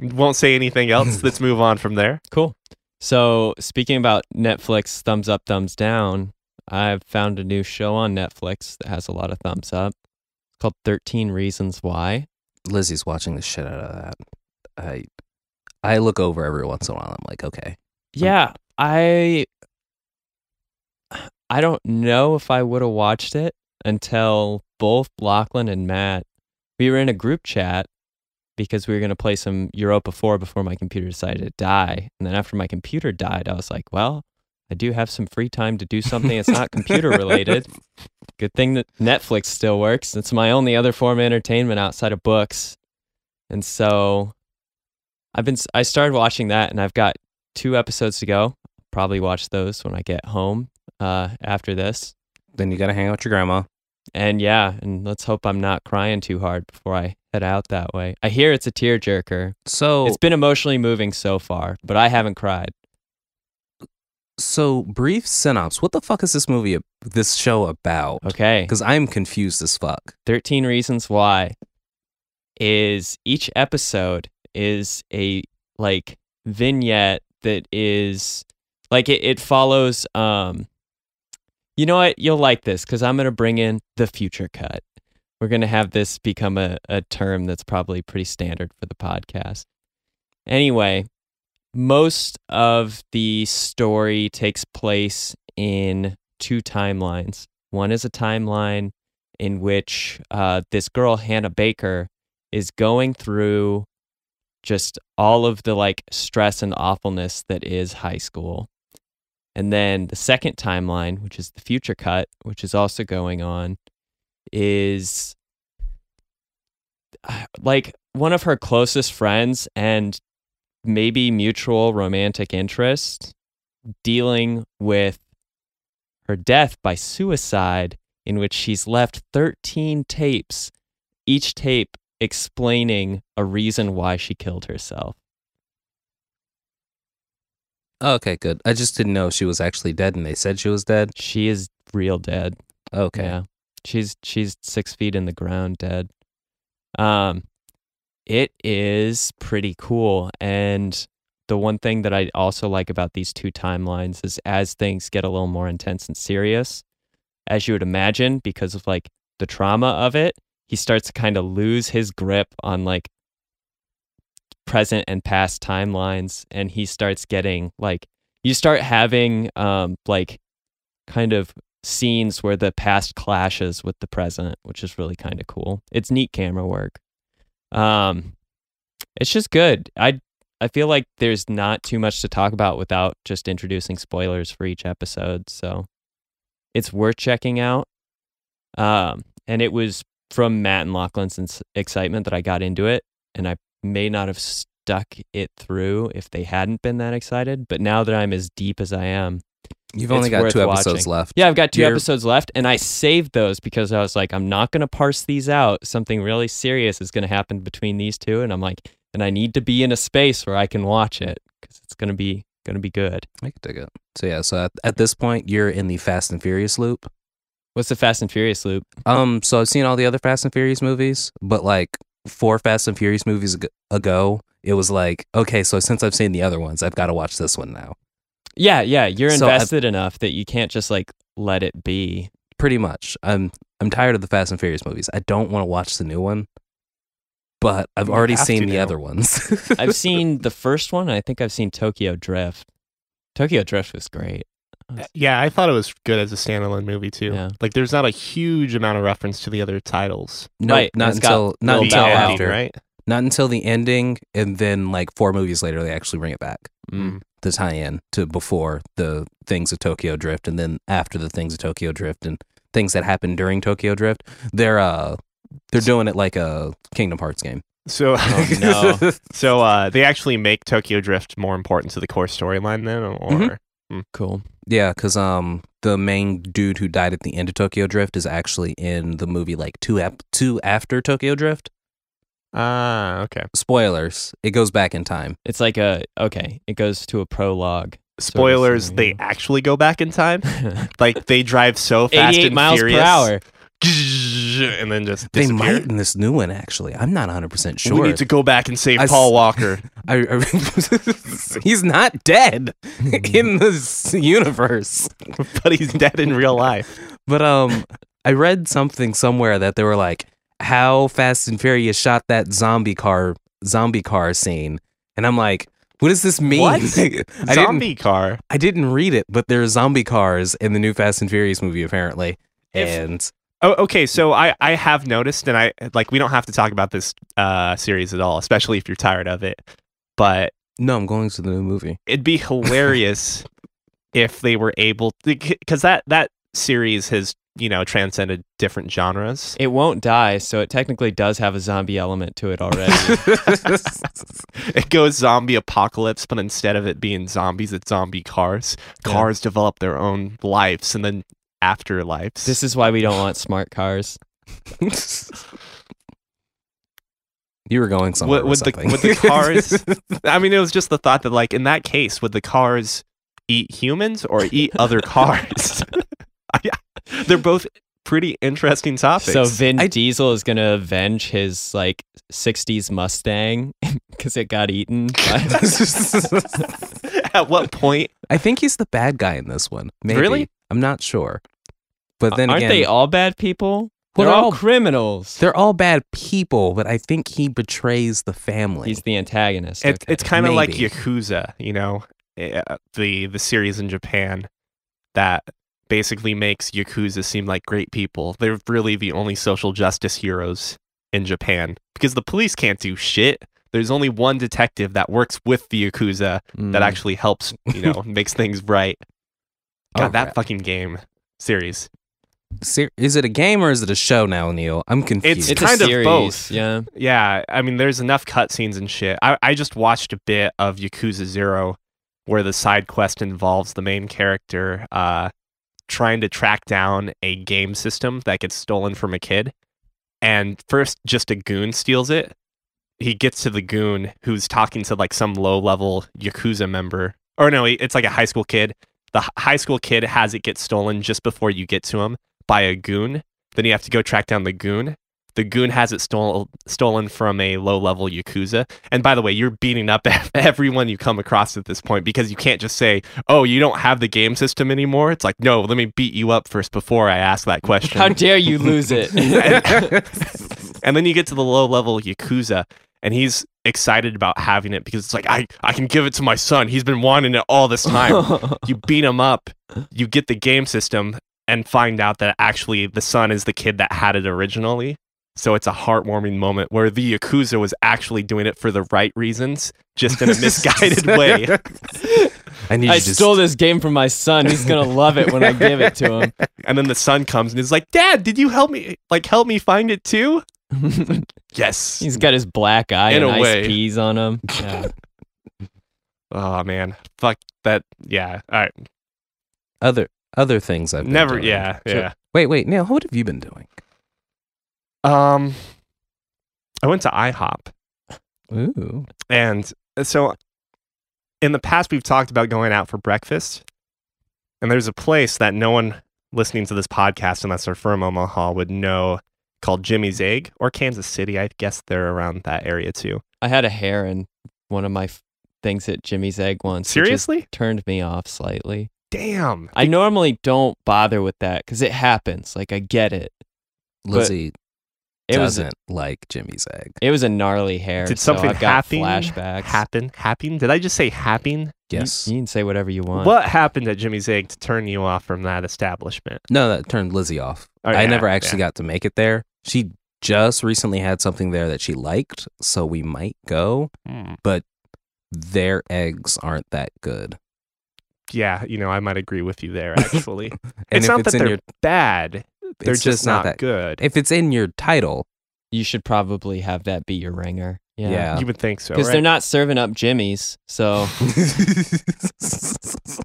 [SPEAKER 3] Won't say anything else. Let's move on from there.
[SPEAKER 2] cool. So speaking about Netflix thumbs up, thumbs down, I've found a new show on Netflix that has a lot of thumbs up. It's called 13 Reasons Why.
[SPEAKER 1] Lizzie's watching the shit out of that. I I look over every once in a while. I'm like, okay,
[SPEAKER 2] Yeah, I I don't know if I would have watched it until both Lachlan and Matt we were in a group chat because we were going to play some Europa 4 before my computer decided to die. And then after my computer died, I was like, well, I do have some free time to do something that's not computer related. Good thing that Netflix still works. It's my only other form of entertainment outside of books. And so I've been s- I started watching that and I've got two episodes to go. Probably watch those when I get home uh, after this.
[SPEAKER 1] then you gotta hang out with your grandma.
[SPEAKER 2] And yeah, and let's hope I'm not crying too hard before I head out that way. I hear it's a tearjerker.
[SPEAKER 1] So
[SPEAKER 2] It's been emotionally moving so far, but I haven't cried.
[SPEAKER 1] so brief synopsis. What the fuck is this movie? ab- This show about?
[SPEAKER 2] Okay.
[SPEAKER 1] Because I'm confused as fuck.
[SPEAKER 2] 13 Reasons Why is each episode is a like vignette that is like it, it follows um you know what you'll like this because i'm going to bring in the future cut we're going to have this become a, a term that's probably pretty standard for the podcast anyway most of the story takes place in two timelines one is a timeline in which uh, this girl Hannah Baker is going through just all of the like stress and awfulness that is high school. And then the second timeline, which is the future cut, which is also going on, is uh, like one of her closest friends and maybe mutual romantic interest dealing with her death by suicide in which she's left 13 tapes, each tape explaining a reason why she killed herself.
[SPEAKER 1] Okay, good. I just didn't know if she was actually dead, and they said she was dead.
[SPEAKER 2] She is real dead.
[SPEAKER 1] Okay.
[SPEAKER 2] Yeah. She's she's 6 feet in the ground dead. Um it is pretty cool and the one thing that I also like about these two timelines is as things get a little more intense and serious, as you would imagine because of like the trauma of it, he starts to kind of lose his grip on like present and past timelines and he starts getting like you start having um like kind of scenes where the past clashes with the present, which is really kind of cool. It's neat camera work. Um, it's just good. I I feel like there's not too much to talk about without just introducing spoilers for each episode, so it's worth checking out. Um, and it was from Matt and Lachlan's ins- excitement that I got into it, and I may not have s- stuck it through if they hadn't been that excited. But now that I'm as deep as I am,
[SPEAKER 1] You've only
[SPEAKER 2] It's
[SPEAKER 1] got
[SPEAKER 2] worth
[SPEAKER 1] two episodes
[SPEAKER 2] watching.
[SPEAKER 1] left.
[SPEAKER 2] yeah, I've got 2
[SPEAKER 1] You're-
[SPEAKER 2] episodes left, and I saved those because I was like, I'm not going to parse these out. Something really serious is going to happen between these two, and I'm like, and I need to be in a space where I can watch it because it's going to be going to be good.
[SPEAKER 1] I could dig it. So yeah, so at, at this point you're in the Fast and Furious loop.
[SPEAKER 2] What's the Fast and Furious loop?
[SPEAKER 1] Um, so I've seen all the other Fast and Furious movies, but like four Fast and Furious movies ag- ago, it was like, okay, so since I've seen the other ones, I've got to watch this one now.
[SPEAKER 2] Yeah, yeah, you're
[SPEAKER 1] So I've-
[SPEAKER 2] invested enough that you can't just like let it be.
[SPEAKER 1] Pretty much, I'm I'm tired of the Fast and Furious movies. I don't want to watch the new one, but I've
[SPEAKER 3] You
[SPEAKER 1] already
[SPEAKER 3] have
[SPEAKER 1] seen
[SPEAKER 3] to
[SPEAKER 1] the
[SPEAKER 3] now.
[SPEAKER 1] other ones.
[SPEAKER 2] I've seen the first one. and I think I've seen Tokyo Drift. Tokyo Drift was great.
[SPEAKER 3] Yeah, I thought it was good as a standalone movie too.
[SPEAKER 2] Yeah.
[SPEAKER 3] Like, there's not a huge amount of reference to the other titles.
[SPEAKER 1] no,
[SPEAKER 2] Right,
[SPEAKER 1] not
[SPEAKER 2] and it's got
[SPEAKER 1] until not
[SPEAKER 2] Lil
[SPEAKER 1] until
[SPEAKER 2] Bow Wow.
[SPEAKER 1] after,
[SPEAKER 3] right?
[SPEAKER 1] not until the ending, and then like four movies later, they actually bring it back.
[SPEAKER 2] Mm.
[SPEAKER 1] the tie-in to before the things of Tokyo Drift, and then after the things of Tokyo Drift, and things that happened during Tokyo Drift. They're uh, they're doing it like a Kingdom Hearts game.
[SPEAKER 3] So,
[SPEAKER 2] Oh, no.
[SPEAKER 3] so uh, they actually make Tokyo Drift more important to the core storyline then, or
[SPEAKER 1] Mhm.
[SPEAKER 2] Cool.
[SPEAKER 1] yeah, because um, the main dude who died at the end of Tokyo Drift is actually in the movie like two ap- two after Tokyo Drift.
[SPEAKER 3] ah, okay.
[SPEAKER 1] Spoilers. It goes back in time.
[SPEAKER 2] It's like a okay. It goes to a prologue.
[SPEAKER 3] Spoilers: They
[SPEAKER 2] scenario.
[SPEAKER 3] actually go back in time.
[SPEAKER 2] Eighty-eight
[SPEAKER 3] Like they drive so fast and
[SPEAKER 2] miles
[SPEAKER 3] furious,
[SPEAKER 2] per hour.
[SPEAKER 3] and then just
[SPEAKER 1] They
[SPEAKER 3] disappear.
[SPEAKER 1] might in this new one actually. I'm not 100 percent sure.
[SPEAKER 3] We need to go back and save
[SPEAKER 1] I s-
[SPEAKER 3] Paul Walker.
[SPEAKER 1] I, I- he's not dead in this universe.
[SPEAKER 3] but he's dead in real life.
[SPEAKER 1] But um, I read something somewhere that they were like, "How Fast and Furious shot that zombie car zombie car scene," and I'm like, "What does this mean?"
[SPEAKER 3] What?
[SPEAKER 1] I didn't
[SPEAKER 3] Zombie car.
[SPEAKER 1] I didn't read it, but there are zombie cars in the new Fast and Furious movie apparently,
[SPEAKER 3] If-
[SPEAKER 1] and
[SPEAKER 3] Oh, okay. So I, I have noticed, and I like we don't have to talk about this uh, series at all, especially if you're tired of it. But
[SPEAKER 1] no, I'm going to the new movie.
[SPEAKER 3] it'd be hilarious if they were able, because that that series has you know transcended different genres.
[SPEAKER 2] It won't die, so it technically does have a zombie element to it already.
[SPEAKER 3] It goes zombie apocalypse, but instead of it being zombies, it's zombie cars.
[SPEAKER 2] Yeah.
[SPEAKER 3] Cars develop their own lives and then afterlives.
[SPEAKER 2] this is why we don't want smart cars.
[SPEAKER 1] you were going somewhere.
[SPEAKER 3] Would- would the-
[SPEAKER 1] with,
[SPEAKER 3] would the cars- I mean, it was just the thought that, like, in that case, would the cars eat humans or eat other cars? I- They're both pretty interesting topics.
[SPEAKER 2] So Vin
[SPEAKER 1] I-
[SPEAKER 2] Diesel is gonna avenge his like '60s Mustang because it got eaten. by-
[SPEAKER 3] at what point?
[SPEAKER 1] I think he's the bad guy in this one. Maybe.
[SPEAKER 3] Really?
[SPEAKER 1] I'm not sure. But then
[SPEAKER 2] Aren't
[SPEAKER 1] again,
[SPEAKER 2] they all bad people?
[SPEAKER 1] Well,
[SPEAKER 2] They're
[SPEAKER 1] they're
[SPEAKER 2] all
[SPEAKER 1] all-
[SPEAKER 2] criminals.
[SPEAKER 1] they're all bad people, but I think he betrays the family.
[SPEAKER 2] He's the antagonist.
[SPEAKER 3] It,
[SPEAKER 2] okay.
[SPEAKER 3] It's kind of like
[SPEAKER 1] maybe.
[SPEAKER 3] Yakuza, you know, eh, the the series in Japan that basically makes Yakuza seem like great people. They're really the only social justice heroes in Japan because the police can't do shit. There's only one detective that works with the Yakuza that
[SPEAKER 1] Hmm.
[SPEAKER 2] Mm.
[SPEAKER 3] actually helps, you know, makes things right.
[SPEAKER 1] Oh,
[SPEAKER 3] God, that
[SPEAKER 1] crap.
[SPEAKER 3] fucking game series.
[SPEAKER 1] Ser- is it a game or is it a show now, Neil? I'm confused.
[SPEAKER 2] it's
[SPEAKER 3] It's kind
[SPEAKER 2] a
[SPEAKER 3] of
[SPEAKER 2] series,
[SPEAKER 3] both.
[SPEAKER 2] Yeah.
[SPEAKER 3] Yeah, I mean, there's enough cutscenes and shit. I, I just watched a bit of Yakuza Zero, where the side quest involves the main character uh, trying to track down a game system that gets stolen from a kid. And first, just a goon steals it. He gets to the goon who's talking to like some low level Yakuza member. Or no, it's like a high school kid. The h- high school kid has it get stolen just before you get to him by a goon. Then you have to go track down the goon the goon has it stole, stolen from a low level yakuza. And by the way, you're beating up everyone you come across at this point because you can't just say, "Oh, you don't have the game system anymore." It's like, no, let me beat you up first before I ask that question.
[SPEAKER 2] How dare you lose it?
[SPEAKER 3] and then you get to the low level yakuza, and he's excited about having it because it's like, I I can give it to my son. He's been wanting it all this time you beat him up, you get the game system, and find out that actually the son is the kid that had it originally. So it's a heartwarming moment where the Yakuza was actually doing it for the right reasons, just in a misguided way.
[SPEAKER 1] I need
[SPEAKER 2] I
[SPEAKER 1] you to
[SPEAKER 2] stole this game from my son. He's gonna love it when I give it to him.
[SPEAKER 3] And then the son comes and is like, Dad, did you help me like help me find it too? Yes.
[SPEAKER 2] He's got his black eye
[SPEAKER 3] In
[SPEAKER 2] and
[SPEAKER 3] a
[SPEAKER 2] ice
[SPEAKER 3] way.
[SPEAKER 2] peas on him. Yeah.
[SPEAKER 3] Oh man, fuck that. Yeah. All right.
[SPEAKER 1] Other other things I've been
[SPEAKER 3] Never.
[SPEAKER 1] doing.
[SPEAKER 3] Yeah.
[SPEAKER 1] Sure.
[SPEAKER 3] Yeah.
[SPEAKER 1] Wait, wait, Neil, what have you been doing?
[SPEAKER 3] Um, I went to IHOP.
[SPEAKER 1] Ooh.
[SPEAKER 3] And uh, so in the past, we've talked about going out for breakfast. And there's a place that no one listening to this podcast, unless they're from Omaha, would know called Jimmy's Egg or Kansas City. I guess they're around that area too.
[SPEAKER 2] I had a hair in one of my f- things at Jimmy's Egg once. which has
[SPEAKER 3] Seriously?
[SPEAKER 2] Turned me off slightly.
[SPEAKER 3] Damn.
[SPEAKER 2] I normally don't bother with that because it happens. Like I get it. But
[SPEAKER 1] Lizzie
[SPEAKER 2] It was
[SPEAKER 1] doesn't like Jimmy's egg.
[SPEAKER 2] it was a gnarly hair.
[SPEAKER 3] Did
[SPEAKER 2] so
[SPEAKER 3] something
[SPEAKER 2] I've got
[SPEAKER 3] happen?
[SPEAKER 2] Flashbacks.
[SPEAKER 3] Happen? Happen? Did I just say happen?
[SPEAKER 2] You-
[SPEAKER 1] Yes.
[SPEAKER 2] You, can say whatever you want.
[SPEAKER 3] What happened at Jimmy's Egg to turn you off from that establishment?
[SPEAKER 1] No, that turned Lizzie off.
[SPEAKER 3] Oh,
[SPEAKER 1] I
[SPEAKER 3] yeah,
[SPEAKER 1] never actually got to make it there. She just recently had something there that she liked, so we might go.
[SPEAKER 3] Hmm.
[SPEAKER 1] Their eggs aren't that good.
[SPEAKER 3] Yeah, you know, I might agree with you there, actually.
[SPEAKER 1] And
[SPEAKER 3] it's
[SPEAKER 1] if
[SPEAKER 3] not
[SPEAKER 1] it's
[SPEAKER 3] that
[SPEAKER 1] in
[SPEAKER 3] they're
[SPEAKER 1] your
[SPEAKER 3] bad, they're
[SPEAKER 1] it's
[SPEAKER 3] just, not,
[SPEAKER 1] that
[SPEAKER 3] good.
[SPEAKER 1] If it's in your title,
[SPEAKER 2] You should probably have that be your ringer.
[SPEAKER 1] Yeah.
[SPEAKER 3] you would think so.
[SPEAKER 2] Because
[SPEAKER 3] right?
[SPEAKER 2] they're not serving up Jimmy's, so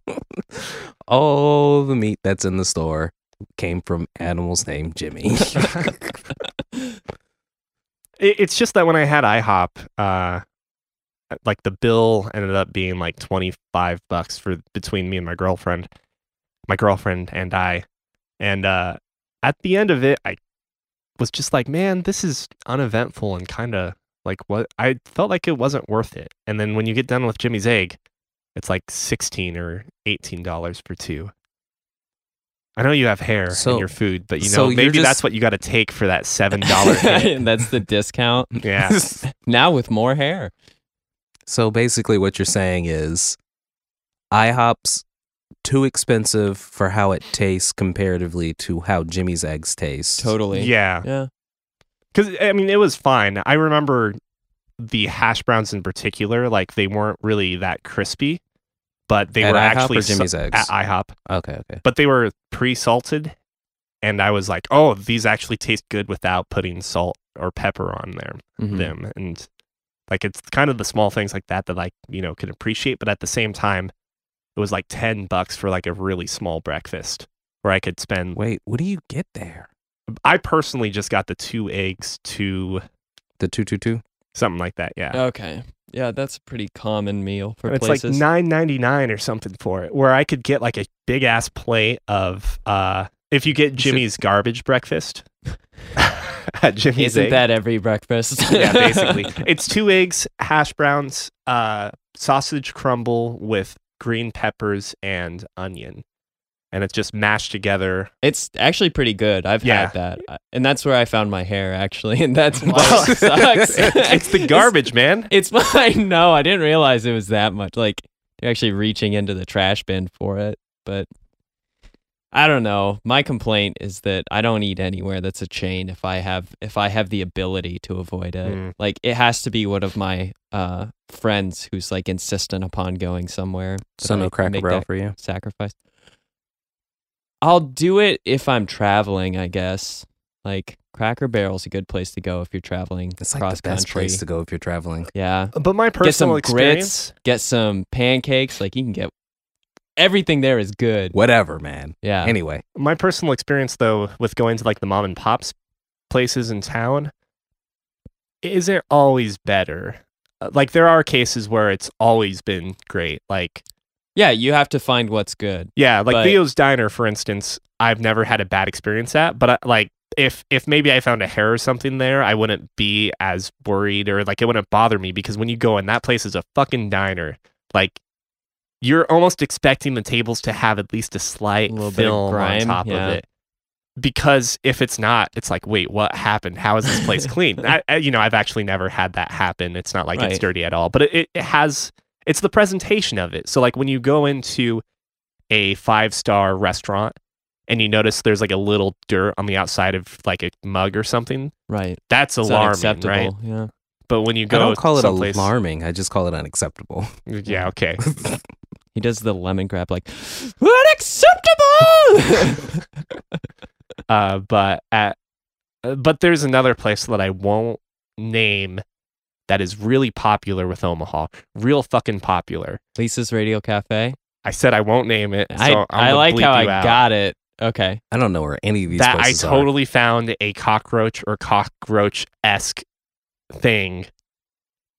[SPEAKER 3] Oh.
[SPEAKER 1] all the meat that's in the store came from animals named Jimmy.
[SPEAKER 3] It, it's just that when I had IHOP, uh, like the bill ended up being like twenty five bucks for between me and my girlfriend, my girlfriend and I, and uh, at the end of it, I was just like, man, this is uneventful and kind of like what I felt like it wasn't worth it. And then when you get done with Jimmy's egg, it's like sixteen or eighteen dollars for two. I know you have hair
[SPEAKER 1] So-
[SPEAKER 3] in your food, but you
[SPEAKER 1] so
[SPEAKER 3] know
[SPEAKER 1] you're
[SPEAKER 3] maybe that's
[SPEAKER 1] just-
[SPEAKER 3] what you got to take for that seven dollar. hit.
[SPEAKER 2] that's the discount.
[SPEAKER 3] yeah.
[SPEAKER 2] Now with more hair.
[SPEAKER 1] So basically, what you're saying is IHOP's too expensive for how it tastes comparatively to how Jimmy's eggs taste.
[SPEAKER 2] Totally.
[SPEAKER 3] Yeah.
[SPEAKER 2] Yeah.
[SPEAKER 3] Because, I mean, it was fine. I remember the hash browns in particular, like, they weren't really that crispy, but they
[SPEAKER 1] At
[SPEAKER 3] were
[SPEAKER 1] IHOP
[SPEAKER 3] actually
[SPEAKER 1] or
[SPEAKER 3] sa-
[SPEAKER 1] Jimmy's eggs.
[SPEAKER 3] at IHOP,
[SPEAKER 1] okay, okay.
[SPEAKER 3] but they were pre salted. And I was like, oh, these actually taste good without putting salt or pepper on there,
[SPEAKER 1] Mm-hmm.
[SPEAKER 2] Mhm.
[SPEAKER 3] them. And, like, it's kind of the small things like that that I, you know, could appreciate. But at the same time, it was like 10 bucks for like a really small breakfast where I could spend.
[SPEAKER 1] Wait, what do you get there?
[SPEAKER 3] I personally just got the two eggs, two
[SPEAKER 1] The two two two.
[SPEAKER 3] something like that. Yeah,
[SPEAKER 2] Okay. Yeah, that's a pretty common meal Oh, for
[SPEAKER 3] it's
[SPEAKER 2] places.
[SPEAKER 3] like nine ninety nine or something for it. Where I could get like a big ass plate of uh, if you get Jimmy's garbage breakfast at Jimmy's.
[SPEAKER 2] Isn't
[SPEAKER 3] Egg.
[SPEAKER 2] that every breakfast?
[SPEAKER 3] yeah, basically, it's two eggs, hash browns, uh, sausage crumble with green peppers and onion, and it's just mashed together.
[SPEAKER 2] It's actually pretty good. I've
[SPEAKER 3] Yeah.
[SPEAKER 2] had that, I- and that's where I found my hair actually, and that's why
[SPEAKER 3] Well,
[SPEAKER 2] it sucks.
[SPEAKER 3] it's the garbage, man.
[SPEAKER 2] It's, it's I know. I didn't realize it was that much. Like you're actually reaching into the trash bin for it, but I don't know. My complaint is that I don't eat anywhere that's a chain. If I have if I have the ability to avoid it,
[SPEAKER 3] Mm.
[SPEAKER 2] like it has to be one of my uh, friends who's like insistent upon going somewhere. that
[SPEAKER 1] So
[SPEAKER 2] I
[SPEAKER 1] no Cracker
[SPEAKER 2] make
[SPEAKER 1] Barrel
[SPEAKER 2] that
[SPEAKER 1] for you.
[SPEAKER 2] sacrifice. I'll do it if I'm traveling, I guess. Like Cracker Barrel's a good place to go if you're traveling
[SPEAKER 1] It's like
[SPEAKER 2] cross
[SPEAKER 1] the best
[SPEAKER 2] country.
[SPEAKER 1] place to go if you're traveling.
[SPEAKER 2] yeah.
[SPEAKER 3] But my
[SPEAKER 2] Get some
[SPEAKER 3] personal experience.
[SPEAKER 2] grits, get some pancakes, like you can get everything there is good.
[SPEAKER 1] Whatever, man.
[SPEAKER 2] Yeah.
[SPEAKER 1] Anyway,
[SPEAKER 3] my personal experience though with going to like the mom and pops places in town is it always better Uh, like there are cases where it's always been great like
[SPEAKER 2] yeah, you have to find what's good.
[SPEAKER 3] yeah like
[SPEAKER 2] But-
[SPEAKER 3] leo's diner for instance i've never had a bad experience at but I, like if if maybe i found a hair or something there i wouldn't be as worried or like it wouldn't bother me because when you go and that place is a fucking diner like you're almost expecting the tables to have at least a slight
[SPEAKER 2] Little bit of
[SPEAKER 3] film
[SPEAKER 2] grime,
[SPEAKER 3] on top
[SPEAKER 2] yeah.
[SPEAKER 3] of it because if it's not it's like wait what happened how is this place clean I, I, you know i've actually never had that happen it's not like it's
[SPEAKER 2] Right.
[SPEAKER 3] dirty at all but it, it, it has it's the presentation of it so like when you go into a five star restaurant and you notice there's like a little dirt on the outside of like a mug or something
[SPEAKER 2] Right.
[SPEAKER 3] that's
[SPEAKER 2] It's
[SPEAKER 3] alarming
[SPEAKER 2] unacceptable.
[SPEAKER 3] right
[SPEAKER 2] Yeah.
[SPEAKER 3] but when you go
[SPEAKER 1] I don't call it
[SPEAKER 3] someplace,
[SPEAKER 1] alarming. I just call it unacceptable.
[SPEAKER 3] yeah okay
[SPEAKER 2] He does the lemon grab like unacceptable.
[SPEAKER 3] uh, but at Uh, But there's another place that I won't name that is really popular with Omaha. Real fucking popular.
[SPEAKER 2] Lisa's Radio Cafe.
[SPEAKER 3] I said I won't name it. So
[SPEAKER 2] I
[SPEAKER 3] I'm
[SPEAKER 2] I
[SPEAKER 3] gonna
[SPEAKER 2] like
[SPEAKER 3] bleep
[SPEAKER 2] how I
[SPEAKER 3] you out.
[SPEAKER 2] got it. Okay.
[SPEAKER 1] I don't know where any of these
[SPEAKER 3] that I
[SPEAKER 1] places are.
[SPEAKER 3] totally found a cockroach or cockroach esque thing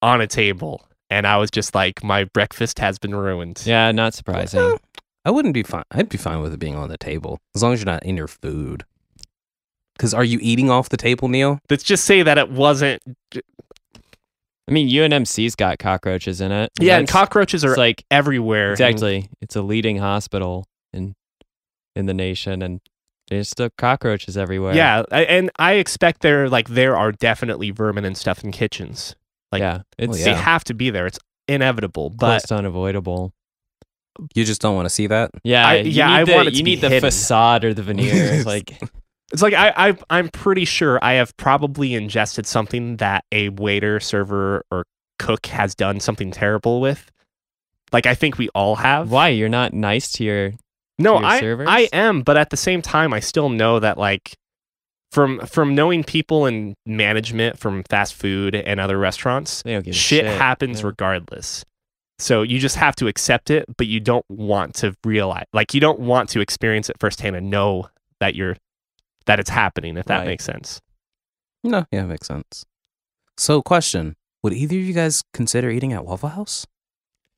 [SPEAKER 3] on a table. And I was just like, my breakfast has been ruined.
[SPEAKER 2] Yeah, not surprising.
[SPEAKER 1] I wouldn't be fine. I'd be fine with it being on the table as long as you're not in your food. Because are you eating off the table, Neil?
[SPEAKER 3] Let's just say that it wasn't.
[SPEAKER 2] I mean, UNMC's got cockroaches in it.
[SPEAKER 3] Yeah, and
[SPEAKER 2] That's-
[SPEAKER 3] cockroaches are
[SPEAKER 2] It's like
[SPEAKER 3] everywhere.
[SPEAKER 2] exactly. It's a leading hospital in in the nation, and there's still cockroaches everywhere.
[SPEAKER 3] Yeah, I- and I expect there like there are definitely vermin and stuff in kitchens. like-
[SPEAKER 2] yeah. It's
[SPEAKER 1] Well,
[SPEAKER 3] They
[SPEAKER 1] oh, yeah.
[SPEAKER 3] have to be there. It's inevitable. But
[SPEAKER 2] almost unavoidable.
[SPEAKER 1] You just don't want to see that.
[SPEAKER 2] Yeah,
[SPEAKER 3] I-
[SPEAKER 2] you
[SPEAKER 3] yeah,
[SPEAKER 2] Need
[SPEAKER 3] I
[SPEAKER 2] the,
[SPEAKER 3] want it to
[SPEAKER 2] you
[SPEAKER 3] be
[SPEAKER 2] need the
[SPEAKER 3] hidden.
[SPEAKER 2] facade or the veneer. like,
[SPEAKER 3] it's like I, I I'm pretty sure I have probably ingested something that a waiter, server, or cook has done something terrible with. Like I think we all have.
[SPEAKER 2] why you're not nice to your?
[SPEAKER 3] No,
[SPEAKER 2] your
[SPEAKER 3] I
[SPEAKER 2] servers?
[SPEAKER 3] I am, but at the same time, I still know that like from from knowing people in management from fast food and other restaurants,
[SPEAKER 2] They don't give a
[SPEAKER 3] shit, happens
[SPEAKER 2] yeah.
[SPEAKER 3] regardless. So you just have to accept it, but you don't want to realize, like you don't want to experience it firsthand and know that you're that it's happening. If that
[SPEAKER 2] Right.
[SPEAKER 3] makes sense.
[SPEAKER 1] No, yeah, makes sense. So, question: Would either of you guys consider eating at Waffle House?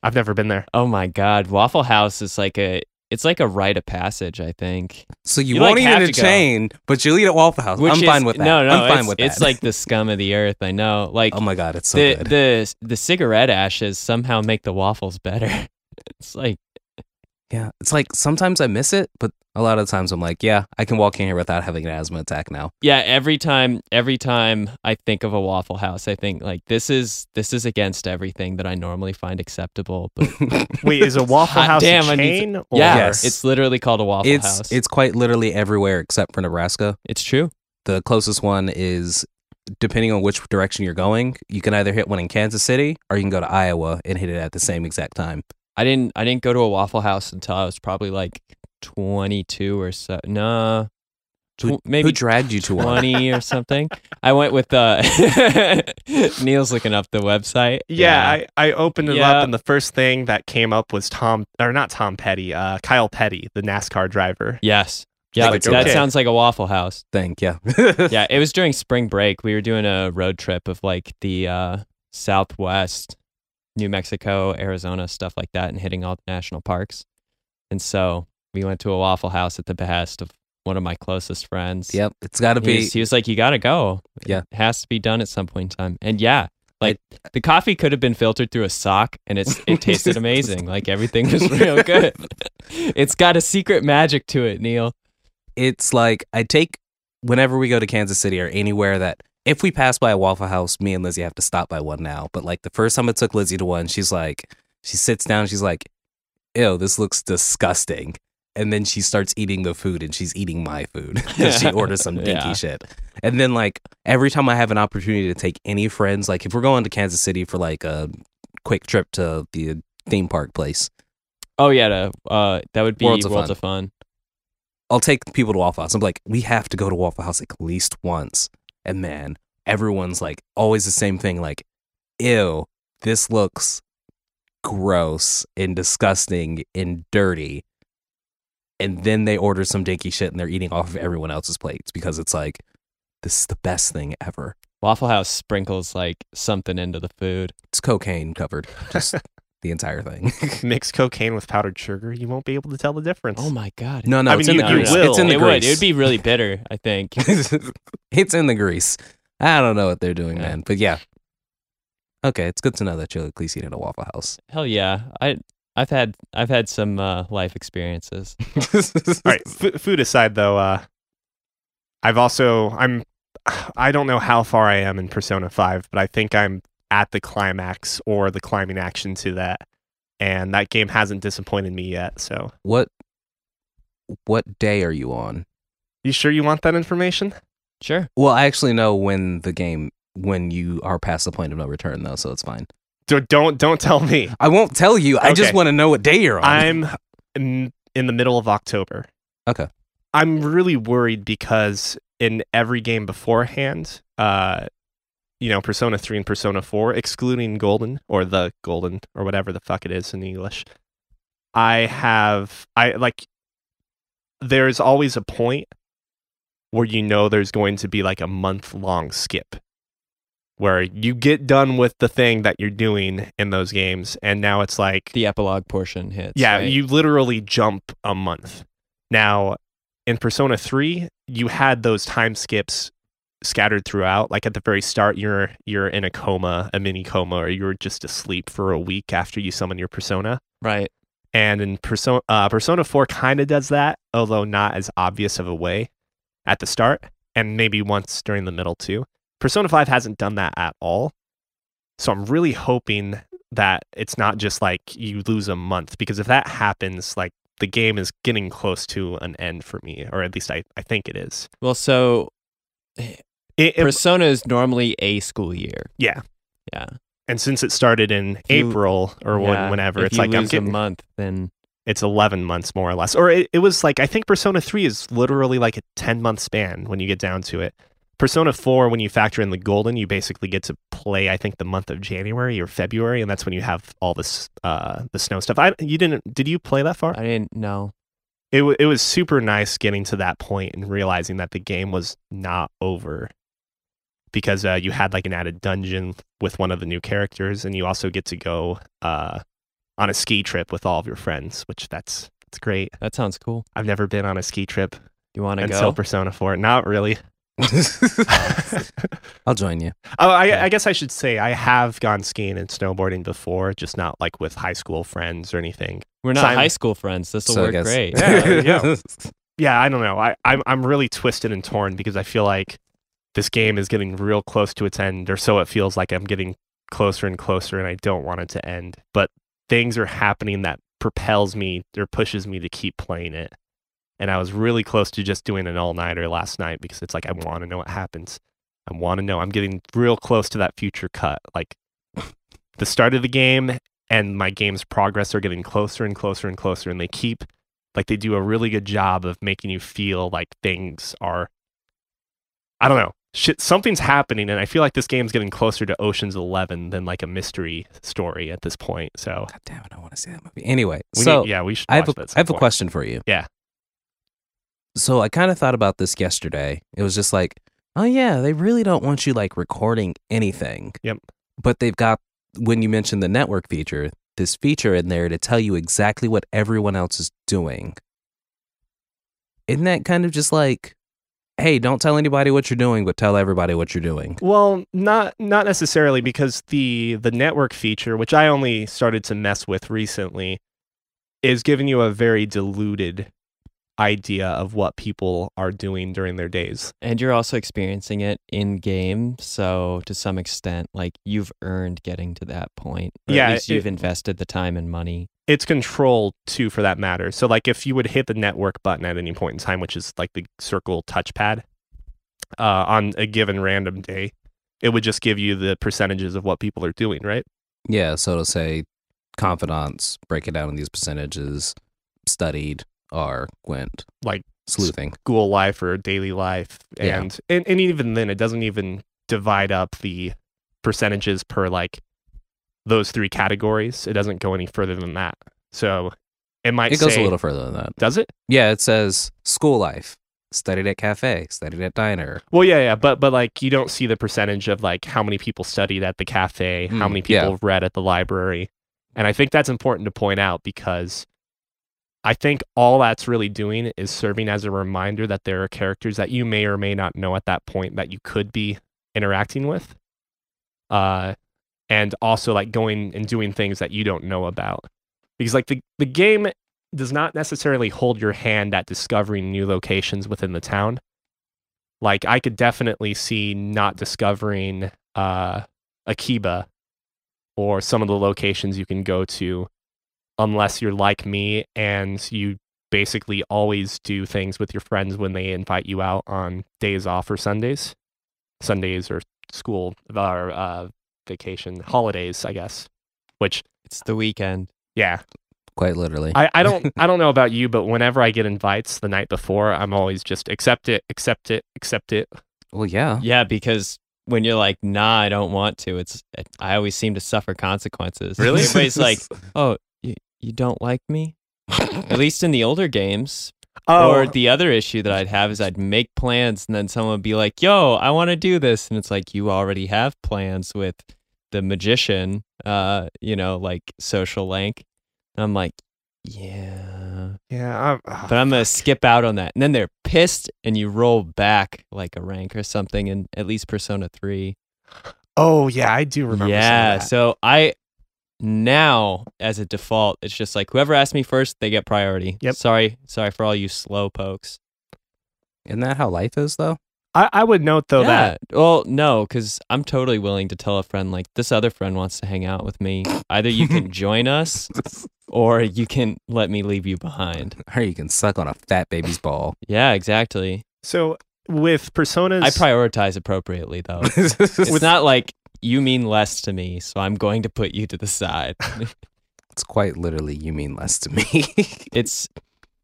[SPEAKER 3] I've never been there.
[SPEAKER 2] Oh my God, Waffle House is like a it's like a rite of passage. I think.
[SPEAKER 1] So you,
[SPEAKER 2] You,
[SPEAKER 1] won't
[SPEAKER 2] like,
[SPEAKER 1] eat
[SPEAKER 2] have
[SPEAKER 1] at a
[SPEAKER 2] to go.
[SPEAKER 1] chain, but you'll eat at Waffle House.
[SPEAKER 2] Which
[SPEAKER 1] I'm
[SPEAKER 2] is-
[SPEAKER 1] fine with that.
[SPEAKER 2] No, no,
[SPEAKER 1] I'm fine
[SPEAKER 2] it's,
[SPEAKER 1] with that.
[SPEAKER 2] It's like the scum of the earth. I know. Like
[SPEAKER 1] oh my god, it's so
[SPEAKER 2] the
[SPEAKER 1] good.
[SPEAKER 2] the the cigarette ashes somehow make the waffles better. It's like
[SPEAKER 1] yeah, it's like sometimes I miss it, but a lot of times I'm like, yeah, I can walk in here without having an asthma attack now.
[SPEAKER 2] yeah, every time every time I think of a Waffle House, I think like this is this is against everything that I normally find acceptable. But
[SPEAKER 3] Wait, is a Waffle
[SPEAKER 2] Hot
[SPEAKER 3] House
[SPEAKER 2] damn, I
[SPEAKER 3] a
[SPEAKER 2] need to-
[SPEAKER 3] chain? or-
[SPEAKER 2] yeah,
[SPEAKER 1] Yes.
[SPEAKER 2] it's literally called a Waffle
[SPEAKER 1] it's
[SPEAKER 2] House.
[SPEAKER 1] it's quite literally everywhere except for Nebraska.
[SPEAKER 2] it's true.
[SPEAKER 1] The closest one is depending on which direction you're going, you can either hit one in Kansas City or you can go to Iowa and hit it at the same exact time.
[SPEAKER 2] I didn't I didn't go to a Waffle House until I was probably like twenty two or so. Nah, tw-
[SPEAKER 1] Who,
[SPEAKER 2] maybe
[SPEAKER 1] who dragged you to one?
[SPEAKER 2] 20 or something. I went with uh Neil's looking up the website.
[SPEAKER 3] Yeah, I, I opened it
[SPEAKER 2] Yeah.
[SPEAKER 3] up, and the first thing that came up was Tom, or not Tom Petty, uh, Kyle Petty, the NASCAR driver.
[SPEAKER 2] yes. Yeah,
[SPEAKER 1] Like,
[SPEAKER 2] that
[SPEAKER 1] okay.
[SPEAKER 2] sounds like a Waffle House.
[SPEAKER 1] Think, yeah.
[SPEAKER 2] Yeah, it was during spring break. We were doing a road trip of like the uh Southwest, New Mexico, Arizona, stuff like that, and hitting all the national parks. And so we went to a Waffle House at the behest of one of my closest friends.
[SPEAKER 1] Yep, it's got to
[SPEAKER 2] He
[SPEAKER 1] be.
[SPEAKER 2] was, he was like, "You gotta go.
[SPEAKER 1] Yeah.
[SPEAKER 2] it has to be done at some point in time." And yeah, like the coffee could have been filtered through a sock, and it's it tasted amazing. Like everything was real good. it's got a secret magic to it, Neil.
[SPEAKER 1] It's like I take whenever we go to Kansas City or anywhere that if we pass by a Waffle House, me and Lizzie have to stop by one now. But like the first time I took Lizzie to one, she's like, she sits down, she's like, "Ew, this looks disgusting." And then she starts eating the food, and she's eating my food. 'Cause she orders some dinky
[SPEAKER 2] Yeah.
[SPEAKER 1] shit. And then like every time I have an opportunity to take any friends, like if we're going to Kansas City for like a quick trip to the theme park place,
[SPEAKER 2] Oh yeah, to, uh, that would be
[SPEAKER 1] Worlds
[SPEAKER 2] Worlds,
[SPEAKER 1] of Fun.
[SPEAKER 2] of Fun.
[SPEAKER 1] I'll take people to Waffle House. I'm like, we have to go to Waffle House at least once. And man, everyone's like always the same thing, like, ew, this looks gross and disgusting and dirty. And then they order some dinky shit and they're eating off of everyone else's plates because it's like, this is the best thing ever.
[SPEAKER 2] Waffle House sprinkles like something into the food.
[SPEAKER 1] It's cocaine covered. Just the entire thing.
[SPEAKER 3] Mix cocaine with powdered sugar, you won't be able to tell the difference.
[SPEAKER 2] Oh my god!
[SPEAKER 1] No, no,
[SPEAKER 3] I
[SPEAKER 1] it's
[SPEAKER 3] mean,
[SPEAKER 1] in the
[SPEAKER 2] you- you
[SPEAKER 1] grease.
[SPEAKER 3] will.
[SPEAKER 1] It's in the
[SPEAKER 2] it would.
[SPEAKER 1] grease.
[SPEAKER 2] It would be really bitter. I think.
[SPEAKER 1] it's in the grease. I don't know what they're doing,
[SPEAKER 2] Yeah.
[SPEAKER 1] man. But yeah. Okay, it's good to know that you'll at least eat at a Waffle House.
[SPEAKER 2] Hell yeah! I I've had I've had some uh, life experiences.
[SPEAKER 3] All right. F- food aside, though, uh, I've also I'm I don't know how far I am in Persona Five, but I think I'm at the climax or the climbing action to that, and that game hasn't disappointed me yet. So,
[SPEAKER 1] What what day are you on?
[SPEAKER 3] you sure you want that information?
[SPEAKER 2] Sure.
[SPEAKER 1] Well, I actually know when the game when you are past the point of no return though, so it's fine.
[SPEAKER 3] Do- don't don't tell me.
[SPEAKER 1] I won't tell you. I just
[SPEAKER 3] Okay.
[SPEAKER 1] want to know what day you're on.
[SPEAKER 3] I'm in, in the middle of October.
[SPEAKER 1] Okay.
[SPEAKER 3] I'm really worried because in every game beforehand. Uh, you know, Persona 3 and Persona 4, excluding Golden or the Golden or whatever the fuck it is in English. I have, I like, there's always a point where you know there's going to be like a month long skip where you get done with the thing that you're doing in those games. And now it's like,
[SPEAKER 2] The epilogue portion hits.
[SPEAKER 3] yeah,
[SPEAKER 2] right?
[SPEAKER 3] you literally jump a month. Now, in Persona 3, you had those time skips scattered throughout. Like at the very start, you're you're in a coma, a mini coma, or you're just asleep for a week after you summon your persona.
[SPEAKER 2] right.
[SPEAKER 3] And in Persona uh, Persona 4 kind of does that, although not as obvious of a way at the start and maybe once during the middle too. Persona 5 hasn't done that at all. So I'm really hoping that it's not just like you lose a month because if that happens like the game is getting close to an end for me or at least I, I think it is.
[SPEAKER 2] Well, so
[SPEAKER 3] It- it-
[SPEAKER 2] Persona is normally a school year.
[SPEAKER 3] yeah.
[SPEAKER 2] Yeah.
[SPEAKER 3] And since it started in
[SPEAKER 2] you-
[SPEAKER 3] April or when-
[SPEAKER 2] Yeah,
[SPEAKER 3] whenever
[SPEAKER 2] if
[SPEAKER 3] it's
[SPEAKER 2] you
[SPEAKER 3] like I'm
[SPEAKER 2] lose
[SPEAKER 3] getting
[SPEAKER 2] a month, then
[SPEAKER 3] it's 11 months more or less or it, it was like i think persona 3 is literally like a 10 month span when you get down to it persona 4 when you factor in the golden you basically get to play i think the month of january or february and that's when you have all this uh the snow stuff i you didn't did you play that far
[SPEAKER 2] I didn't know.
[SPEAKER 3] it, wa- it was super nice getting to that point and realizing that the game was not over because uh, you had like an added dungeon with one of the new characters and you also get to go uh, on a ski trip with all of your friends which that's that's great
[SPEAKER 2] That sounds cool.
[SPEAKER 3] i've never been on a ski trip
[SPEAKER 2] You want to
[SPEAKER 3] until
[SPEAKER 2] go? Oh,
[SPEAKER 3] persona 4 not really
[SPEAKER 1] I'll join you.
[SPEAKER 3] Oh, I,
[SPEAKER 2] Yeah.
[SPEAKER 3] I guess I should say I have gone skiing and snowboarding before, just not like with high school friends or anything.
[SPEAKER 2] We're not
[SPEAKER 3] Simon-
[SPEAKER 2] high school friends. This will
[SPEAKER 1] So I
[SPEAKER 2] work
[SPEAKER 1] guess-
[SPEAKER 2] great.
[SPEAKER 3] Yeah, there you go. yeah, I don't know. I, I'm I'm really twisted and torn because I feel like this game is getting real close to its end, or so it feels like I'm getting closer and closer, and I don't want it to end. But things are happening that propels me or pushes me to keep playing it. And I was really close to just doing an all nighter last night because it's like I want to know what happens. I want to know. I'm getting real close to that future cut. Like the start of the game and my game's progress are getting closer and closer and closer, and they keep like they do a really good job of making you feel like things are i don't know shit something's happening and i feel like this game's getting closer to oceans 11 than like a mystery story at this point so
[SPEAKER 1] God damn it, I want to see that movie. Anyway,
[SPEAKER 3] we
[SPEAKER 1] so
[SPEAKER 3] need, yeah we should
[SPEAKER 1] I have, a,
[SPEAKER 3] watch that at some
[SPEAKER 1] I have a
[SPEAKER 3] point.
[SPEAKER 1] question for you.
[SPEAKER 3] Yeah.
[SPEAKER 1] So I kind of thought about this yesterday. It was just like, oh yeah, they really don't want you like recording anything.
[SPEAKER 3] Yep.
[SPEAKER 1] But they've got when you mentioned the network feature, this feature in there to tell you exactly what everyone else is doing. Isn't that kind of just like, hey, don't tell anybody what you're doing, but tell everybody what you're doing?
[SPEAKER 3] Well, not not necessarily because the the network feature, which I only started to mess with recently, is giving you a very diluted idea of what people are doing during their days.
[SPEAKER 2] And you're also experiencing it in game, so to some extent, like you've earned getting to that point. Or
[SPEAKER 3] Yeah,
[SPEAKER 2] at least
[SPEAKER 3] it-
[SPEAKER 2] you've invested the time and money.
[SPEAKER 3] It's control too, for that matter. So, like, if you would hit the network button at any point in time, which is like the circle touchpad, uh, on a given random day, it would just give you the percentages of what people are doing, right?
[SPEAKER 1] Yeah. So to say, confidants, break it down in these percentages, studied, are, went,
[SPEAKER 3] Like
[SPEAKER 1] sleuthing.
[SPEAKER 3] school life or daily life
[SPEAKER 1] Yeah.
[SPEAKER 3] and, and and even then it doesn't even divide up the percentages per like those three categories it doesn't go any further than that so it might
[SPEAKER 1] It goes
[SPEAKER 3] say-
[SPEAKER 1] a little further than that.
[SPEAKER 3] does it
[SPEAKER 1] Yeah, it says school life, studied at cafe, studied at diner.
[SPEAKER 3] well yeah yeah but but like you don't see the percentage of like how many people studied at the cafe how
[SPEAKER 1] Mm,
[SPEAKER 3] many
[SPEAKER 1] yeah.
[SPEAKER 3] people read at the library and i think that's important to point out because i think all that's really doing is serving as a reminder that there are characters that you may or may not know at that point that you could be interacting with uh and also like going and doing things that you don't know about because like the, the game does not necessarily hold your hand at discovering new locations within the town like i could definitely see not discovering uh akiba or some of the locations you can go to unless you're like me and you basically always do things with your friends when they invite you out on days off or sundays sundays or school or uh, vacation holidays i guess which
[SPEAKER 2] It's the weekend.
[SPEAKER 3] yeah
[SPEAKER 1] quite literally.
[SPEAKER 3] I, I don't I don't know about you, but whenever I get invites the night before, I'm always just accept it, accept it, accept it.
[SPEAKER 1] well, yeah.
[SPEAKER 2] Oh. Yeah, because when you're like, nah, I don't want to, it's I always seem to suffer consequences.
[SPEAKER 3] Really?
[SPEAKER 2] Everybody's like, oh, you, you don't like me? At least in the older games.
[SPEAKER 3] Oh.
[SPEAKER 2] Or the other issue that I'd have is I'd make plans and then someone would be like, yo, I want to do this. And it's like, you already have plans with the magician, uh, you know, like social link. And I'm like, yeah.
[SPEAKER 3] yeah, I'm, ah,
[SPEAKER 2] But I'm going to skip out on that. And then they're pissed and you roll back like a rank or something in at least Persona 3.
[SPEAKER 3] oh yeah, I do remember. some of
[SPEAKER 2] Yeah.
[SPEAKER 3] that.
[SPEAKER 2] So I now as a default, it's just like whoever asked me first, they get priority.
[SPEAKER 3] Yep.
[SPEAKER 2] Sorry, sorry for all you slow pokes.
[SPEAKER 1] Isn't that how life is though?
[SPEAKER 3] I, I would note though that
[SPEAKER 2] Well, no, because I'm totally willing to tell a friend like this other friend wants to hang out with me. Either you can join us or you can let me leave you behind.
[SPEAKER 1] or you can suck on a fat baby's ball.
[SPEAKER 2] Yeah, exactly.
[SPEAKER 3] so with personas
[SPEAKER 2] I prioritize appropriately though. It's
[SPEAKER 1] it's,
[SPEAKER 2] not like you mean less to me, so I'm going to put you to the side.
[SPEAKER 1] quite literally you mean less to me.
[SPEAKER 2] it's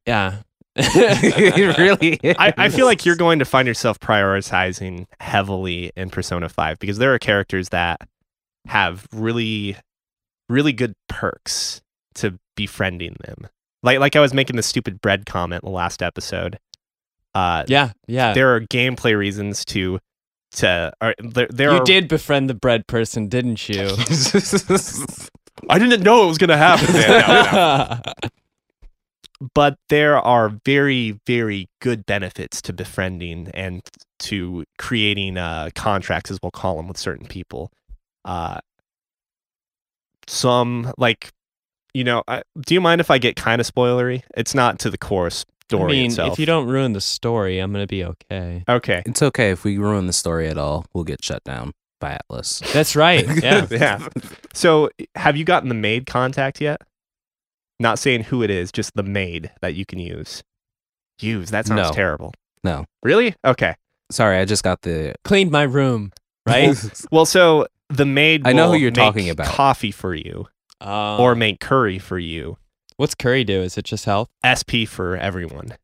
[SPEAKER 2] yeah.
[SPEAKER 1] it really is.
[SPEAKER 3] I, I feel like you're going to find yourself prioritizing heavily in Persona 5 because there are characters that have really, really good perks to befriending them. Like, like I was making the stupid bread comment in the last episode. Uh,
[SPEAKER 2] Yeah, yeah.
[SPEAKER 3] There are gameplay reasons to, to, or there, there
[SPEAKER 2] you
[SPEAKER 3] are.
[SPEAKER 2] did befriend the bread person, didn't you?
[SPEAKER 3] I didn't know it was going to happen. man. No, no. but there are very very good benefits to befriending and to creating uh, contracts as we'll call them with certain people uh, some like you know I, do you mind if i get kind of spoilery it's not to the core
[SPEAKER 2] I
[SPEAKER 3] story
[SPEAKER 2] mean,
[SPEAKER 3] itself
[SPEAKER 2] if you don't ruin the story, I'm gonna be okay.
[SPEAKER 3] okay
[SPEAKER 1] it's okay if we ruin the story at all. We'll get shut down by Atlas.
[SPEAKER 2] That's right. Yeah.
[SPEAKER 3] Yeah. so have you gotten the maid contact yet not saying who it is just the maid that you can use use that sounds
[SPEAKER 1] No.
[SPEAKER 3] terrible
[SPEAKER 1] No.
[SPEAKER 3] really okay
[SPEAKER 1] Sorry, I just got the
[SPEAKER 2] Cleaned my room, right?
[SPEAKER 3] Well, so the maid.
[SPEAKER 1] I know who
[SPEAKER 3] will
[SPEAKER 1] you're
[SPEAKER 3] make
[SPEAKER 1] talking about.
[SPEAKER 3] Coffee for you,
[SPEAKER 2] Uh,
[SPEAKER 3] or make curry for you.
[SPEAKER 2] what's curry do? Is it just health?
[SPEAKER 3] SP for everyone.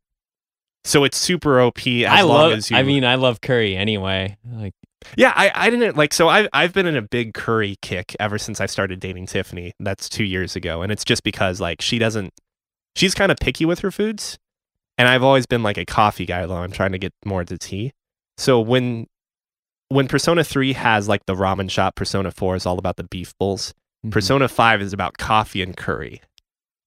[SPEAKER 3] So it's super OP. As
[SPEAKER 2] I
[SPEAKER 3] long
[SPEAKER 2] love.
[SPEAKER 3] As you,
[SPEAKER 2] I mean, I love curry anyway. Like,
[SPEAKER 3] yeah, I, I didn't like. So I've I've been in a big curry kick ever since I started dating Tiffany. That's two years ago, and it's just because like she doesn't. She's kind of picky with her foods, and I've always been like a coffee guy. Though I'm trying to get more into tea. So when when Persona Three has like the ramen shop, Persona Four is all about the beef bowls. Persona 5 is about coffee and curry.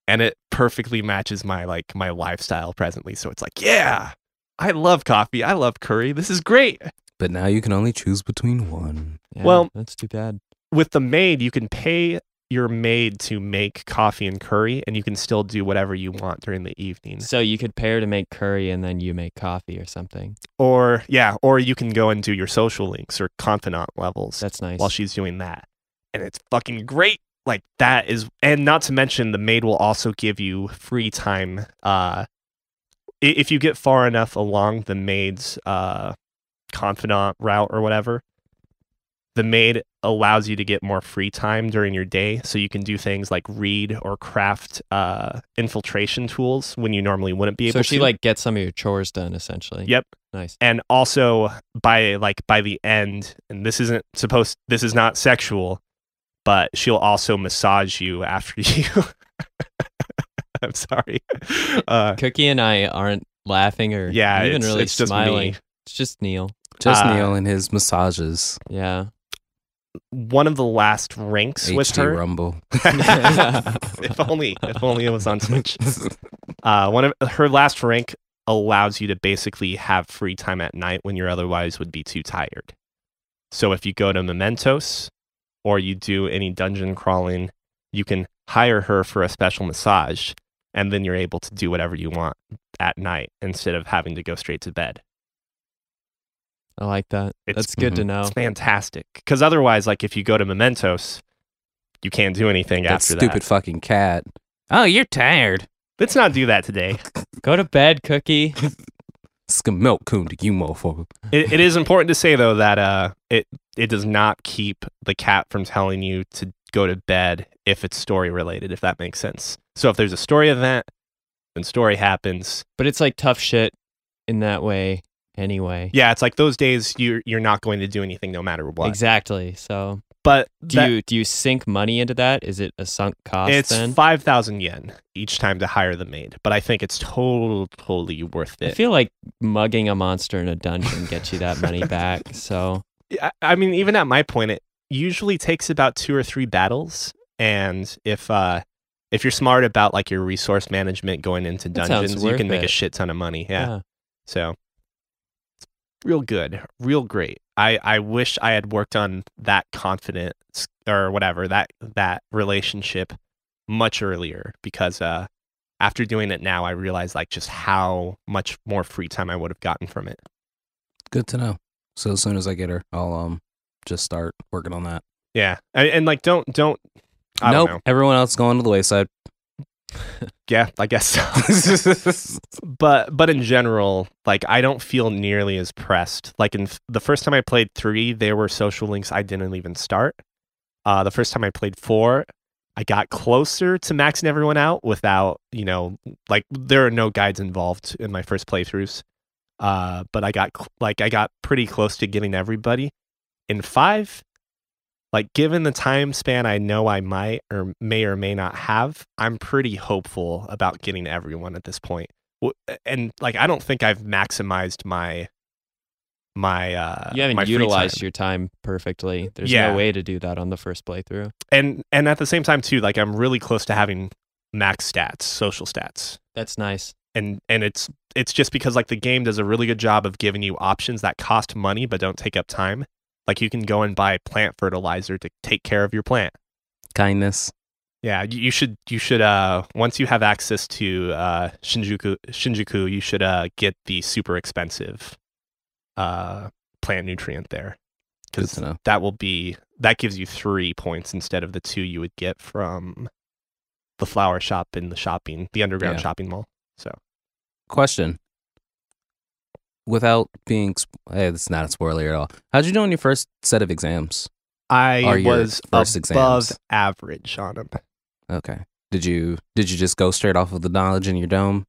[SPEAKER 3] And it perfectly matches my like my lifestyle presently. So it's like, yeah, I love coffee. I love curry. This is great.
[SPEAKER 1] But now you can only choose between one.
[SPEAKER 2] Yeah,
[SPEAKER 3] well-
[SPEAKER 2] that's too bad.
[SPEAKER 3] With the maid, you can pay your maid to make coffee and curry and you can still do whatever you want during the evening.
[SPEAKER 2] So you could pair to make curry, and then you make coffee or something.
[SPEAKER 3] Or yeah, or you can go and do your social links or confidant levels.
[SPEAKER 2] That's nice.
[SPEAKER 3] while she's doing that. And it's fucking great. Like that is and not to mention the maid will also give you free time uh i- if you get far enough along the maid's uh confidant route or whatever. The maid allows you to get more free time during your day so you can do things like read or craft uh infiltration tools when you normally wouldn't be able
[SPEAKER 2] so she
[SPEAKER 3] to.
[SPEAKER 2] like gets some of your chores done essentially.
[SPEAKER 3] Yep.
[SPEAKER 2] Nice.
[SPEAKER 3] and also by like by the end and this isn't supposed this is not sexual but she'll also massage you after you i'm sorry uh
[SPEAKER 2] Cookie and I aren't laughing or
[SPEAKER 3] yeah
[SPEAKER 2] even
[SPEAKER 3] it's,
[SPEAKER 2] really
[SPEAKER 3] it's just
[SPEAKER 2] smiling.
[SPEAKER 3] me
[SPEAKER 2] It's just Neil.
[SPEAKER 1] Just
[SPEAKER 3] Uh,
[SPEAKER 1] Neil and his massages.
[SPEAKER 2] Yeah.
[SPEAKER 3] one of the last ranks with
[SPEAKER 1] HD
[SPEAKER 3] her
[SPEAKER 1] Rumble.
[SPEAKER 3] if only if only it was on switch uh one of her last rank allows you to basically have free time at night when you otherwise would be too tired so if you go to mementos or you do any dungeon crawling you can hire her for a special massage and then you're able to do whatever you want at night instead of having to go straight to bed
[SPEAKER 2] I like that.
[SPEAKER 3] It's-
[SPEAKER 2] That's good to know.
[SPEAKER 3] it's fantastic because otherwise like if you go to mementos you can't do anything
[SPEAKER 1] that
[SPEAKER 3] after
[SPEAKER 1] stupid
[SPEAKER 3] that
[SPEAKER 1] fucking cat. Oh, you're tired.
[SPEAKER 3] let's not do that today
[SPEAKER 2] Go to bed, Cookie.
[SPEAKER 1] Skim milk coon to you mofo.
[SPEAKER 3] it, it is important to say though that uh, it it does not keep the cat from telling you to go to bed if it's story related, if that makes sense. So if there's a story event, then story happens.
[SPEAKER 2] But it's like tough shit in that way anyway.
[SPEAKER 3] Yeah, it's like those days you're you're not going to do anything no matter what.
[SPEAKER 2] Exactly. So
[SPEAKER 3] But
[SPEAKER 2] do
[SPEAKER 3] that-
[SPEAKER 2] you do you sink money into that? Is it a sunk cost
[SPEAKER 3] it's
[SPEAKER 2] then?
[SPEAKER 3] five thousand yen each time to hire the maid. But I think it's totally worth
[SPEAKER 2] I
[SPEAKER 3] it.
[SPEAKER 2] feel like mugging a monster in a dungeon gets you that money back. So
[SPEAKER 3] I, I mean, even at my point, it usually takes about two or three battles. And if uh, if you're smart about like your resource management going into
[SPEAKER 2] That sounds
[SPEAKER 3] dungeons, you
[SPEAKER 2] worth
[SPEAKER 3] can make a
[SPEAKER 2] it.
[SPEAKER 3] shit ton of money. Yeah. uh, So it's real good, real great. I, I wish I had worked on that confidence or whatever that that relationship much earlier because uh, after doing it now, I realized like just how much more free time I would have gotten from it.
[SPEAKER 1] Good to know. So as soon as I get her, I'll um just start working on that.
[SPEAKER 3] Yeah, and, and like don't don't. I
[SPEAKER 1] nope.
[SPEAKER 3] don't know.
[SPEAKER 1] Everyone else going to the wayside.
[SPEAKER 3] Yeah, I guess so. but but in general, like I don't feel nearly as pressed. Like in f- the first time I played three, there were social links I didn't even start. Uh, the first time I played four, I got closer to maxing everyone out without you know like there are no guides involved in my first playthroughs. Uh, but I got cl- like I got pretty close to getting everybody. In five, like given the time span I know I might or may or may not have, I'm pretty hopeful about getting everyone at this point. W- And like I don't think I've maximized my my uh
[SPEAKER 2] you haven't
[SPEAKER 3] my free
[SPEAKER 2] utilized
[SPEAKER 3] time.
[SPEAKER 2] your time perfectly. There's
[SPEAKER 3] Yeah.
[SPEAKER 2] no way to do that on the first playthrough.
[SPEAKER 3] and and at the same time too like I'm really close to having max stats, social stats.
[SPEAKER 2] That's nice.
[SPEAKER 3] And and it's it's just because like the game does a really good job of giving you options that cost money but don't take up time. Like you can go and buy plant fertilizer to take care of your plant.
[SPEAKER 1] Kindness.
[SPEAKER 3] Yeah, you you should you should uh once you have access to uh Shinjuku Shinjuku, you should uh get the super expensive uh plant nutrient there
[SPEAKER 1] Good
[SPEAKER 3] cuz
[SPEAKER 1] to know.
[SPEAKER 3] that will be that gives you 3 points instead of the 2 you would get from the flower shop in the shopping, the underground
[SPEAKER 1] Yeah.
[SPEAKER 3] shopping mall.
[SPEAKER 1] Question. Without being, sp- hey, it's not a spoiler at all. How'd you do on your first set of exams?
[SPEAKER 3] I
[SPEAKER 1] Are your
[SPEAKER 3] was above
[SPEAKER 1] first exams?
[SPEAKER 3] average on them.
[SPEAKER 1] Okay. Did you did you just go straight off of the knowledge in your dome?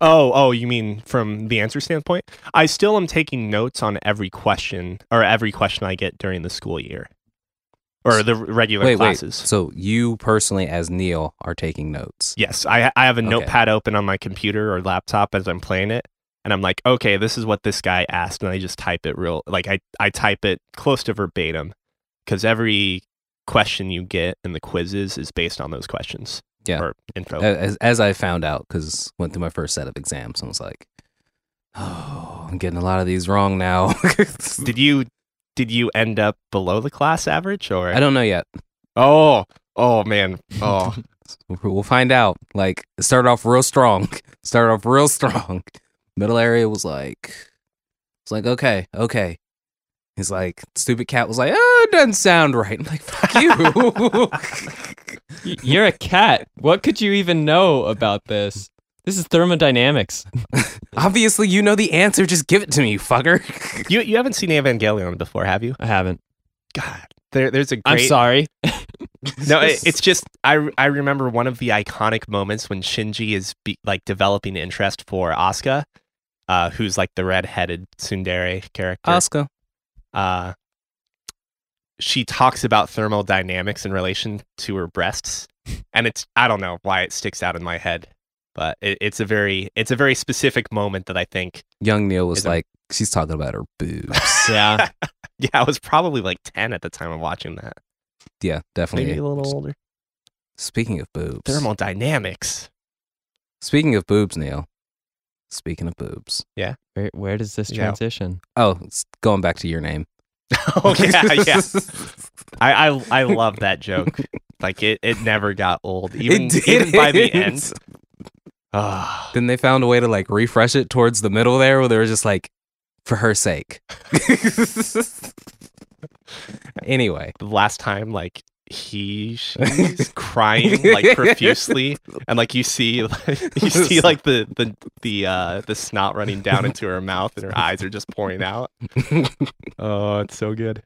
[SPEAKER 3] Oh, oh, you mean from the answer standpoint? I still am taking notes on every question or every question I get during the school year or the regular
[SPEAKER 1] wait,
[SPEAKER 3] classes.
[SPEAKER 1] wait. So you personally, as Neil, are taking notes.
[SPEAKER 3] Yes, I I have a
[SPEAKER 1] Okay.
[SPEAKER 3] notepad open on my computer or laptop as I'm playing it, and I'm like, okay, this is what this guy asked, and I just type it real like I I type it close to verbatim because every question you get in the quizzes is based on those questions.
[SPEAKER 1] Yeah.
[SPEAKER 3] or info.
[SPEAKER 1] as as I found out because went through my first set of exams and was like, oh, I'm getting a lot of these wrong now.
[SPEAKER 3] did you did you end up below the class average or
[SPEAKER 1] I don't know yet.
[SPEAKER 3] oh oh man oh
[SPEAKER 1] We'll find out. Like, it started off real strong. Started off real strong. Middle area was like, it's like okay, okay. He's like, stupid cat was like, oh, it doesn't sound right. I'm like, fuck you.
[SPEAKER 2] Y- You're a cat. What could you even know about this? This is thermodynamics.
[SPEAKER 1] Obviously, you know the answer. Just give it to me, you fucker.
[SPEAKER 3] you you haven't seen Evangelion before have you
[SPEAKER 2] I haven't.
[SPEAKER 3] God there there's a great
[SPEAKER 2] I'm sorry.
[SPEAKER 3] no it, it's just I I remember one of the iconic moments when Shinji is be, like developing interest for Asuka uh who's like the red-headed tsundere character
[SPEAKER 1] Oscar.
[SPEAKER 3] uh she talks about thermodynamics in relation to her breasts and it's i don't know why it sticks out in my head but it, it's a very it's a very specific moment that i think
[SPEAKER 1] Young Neil
[SPEAKER 3] Is
[SPEAKER 1] was
[SPEAKER 3] it-
[SPEAKER 1] like, she's talking about her boobs.
[SPEAKER 2] Yeah.
[SPEAKER 3] yeah i was probably like 10 at the time of watching that
[SPEAKER 1] Yeah, definitely.
[SPEAKER 3] maybe a little older
[SPEAKER 1] Speaking of boobs.
[SPEAKER 3] thermodynamics
[SPEAKER 1] Speaking of boobs, Neil. Speaking of boobs.
[SPEAKER 2] Where, where does this
[SPEAKER 3] Yeah.
[SPEAKER 2] transition?
[SPEAKER 1] Oh, it's going back to your name.
[SPEAKER 3] oh yeah yeah I, I i love that joke like it it never got old even
[SPEAKER 1] It
[SPEAKER 3] even by the
[SPEAKER 1] didn't.
[SPEAKER 3] end Ah.
[SPEAKER 1] Then they found a way to like refresh it towards the middle there where they were just like, for her sake. anyway.
[SPEAKER 3] the last time like he she's crying like profusely and like you see like, you see like the the the uh the snot running down into her mouth and her eyes are just pouring out oh it's so good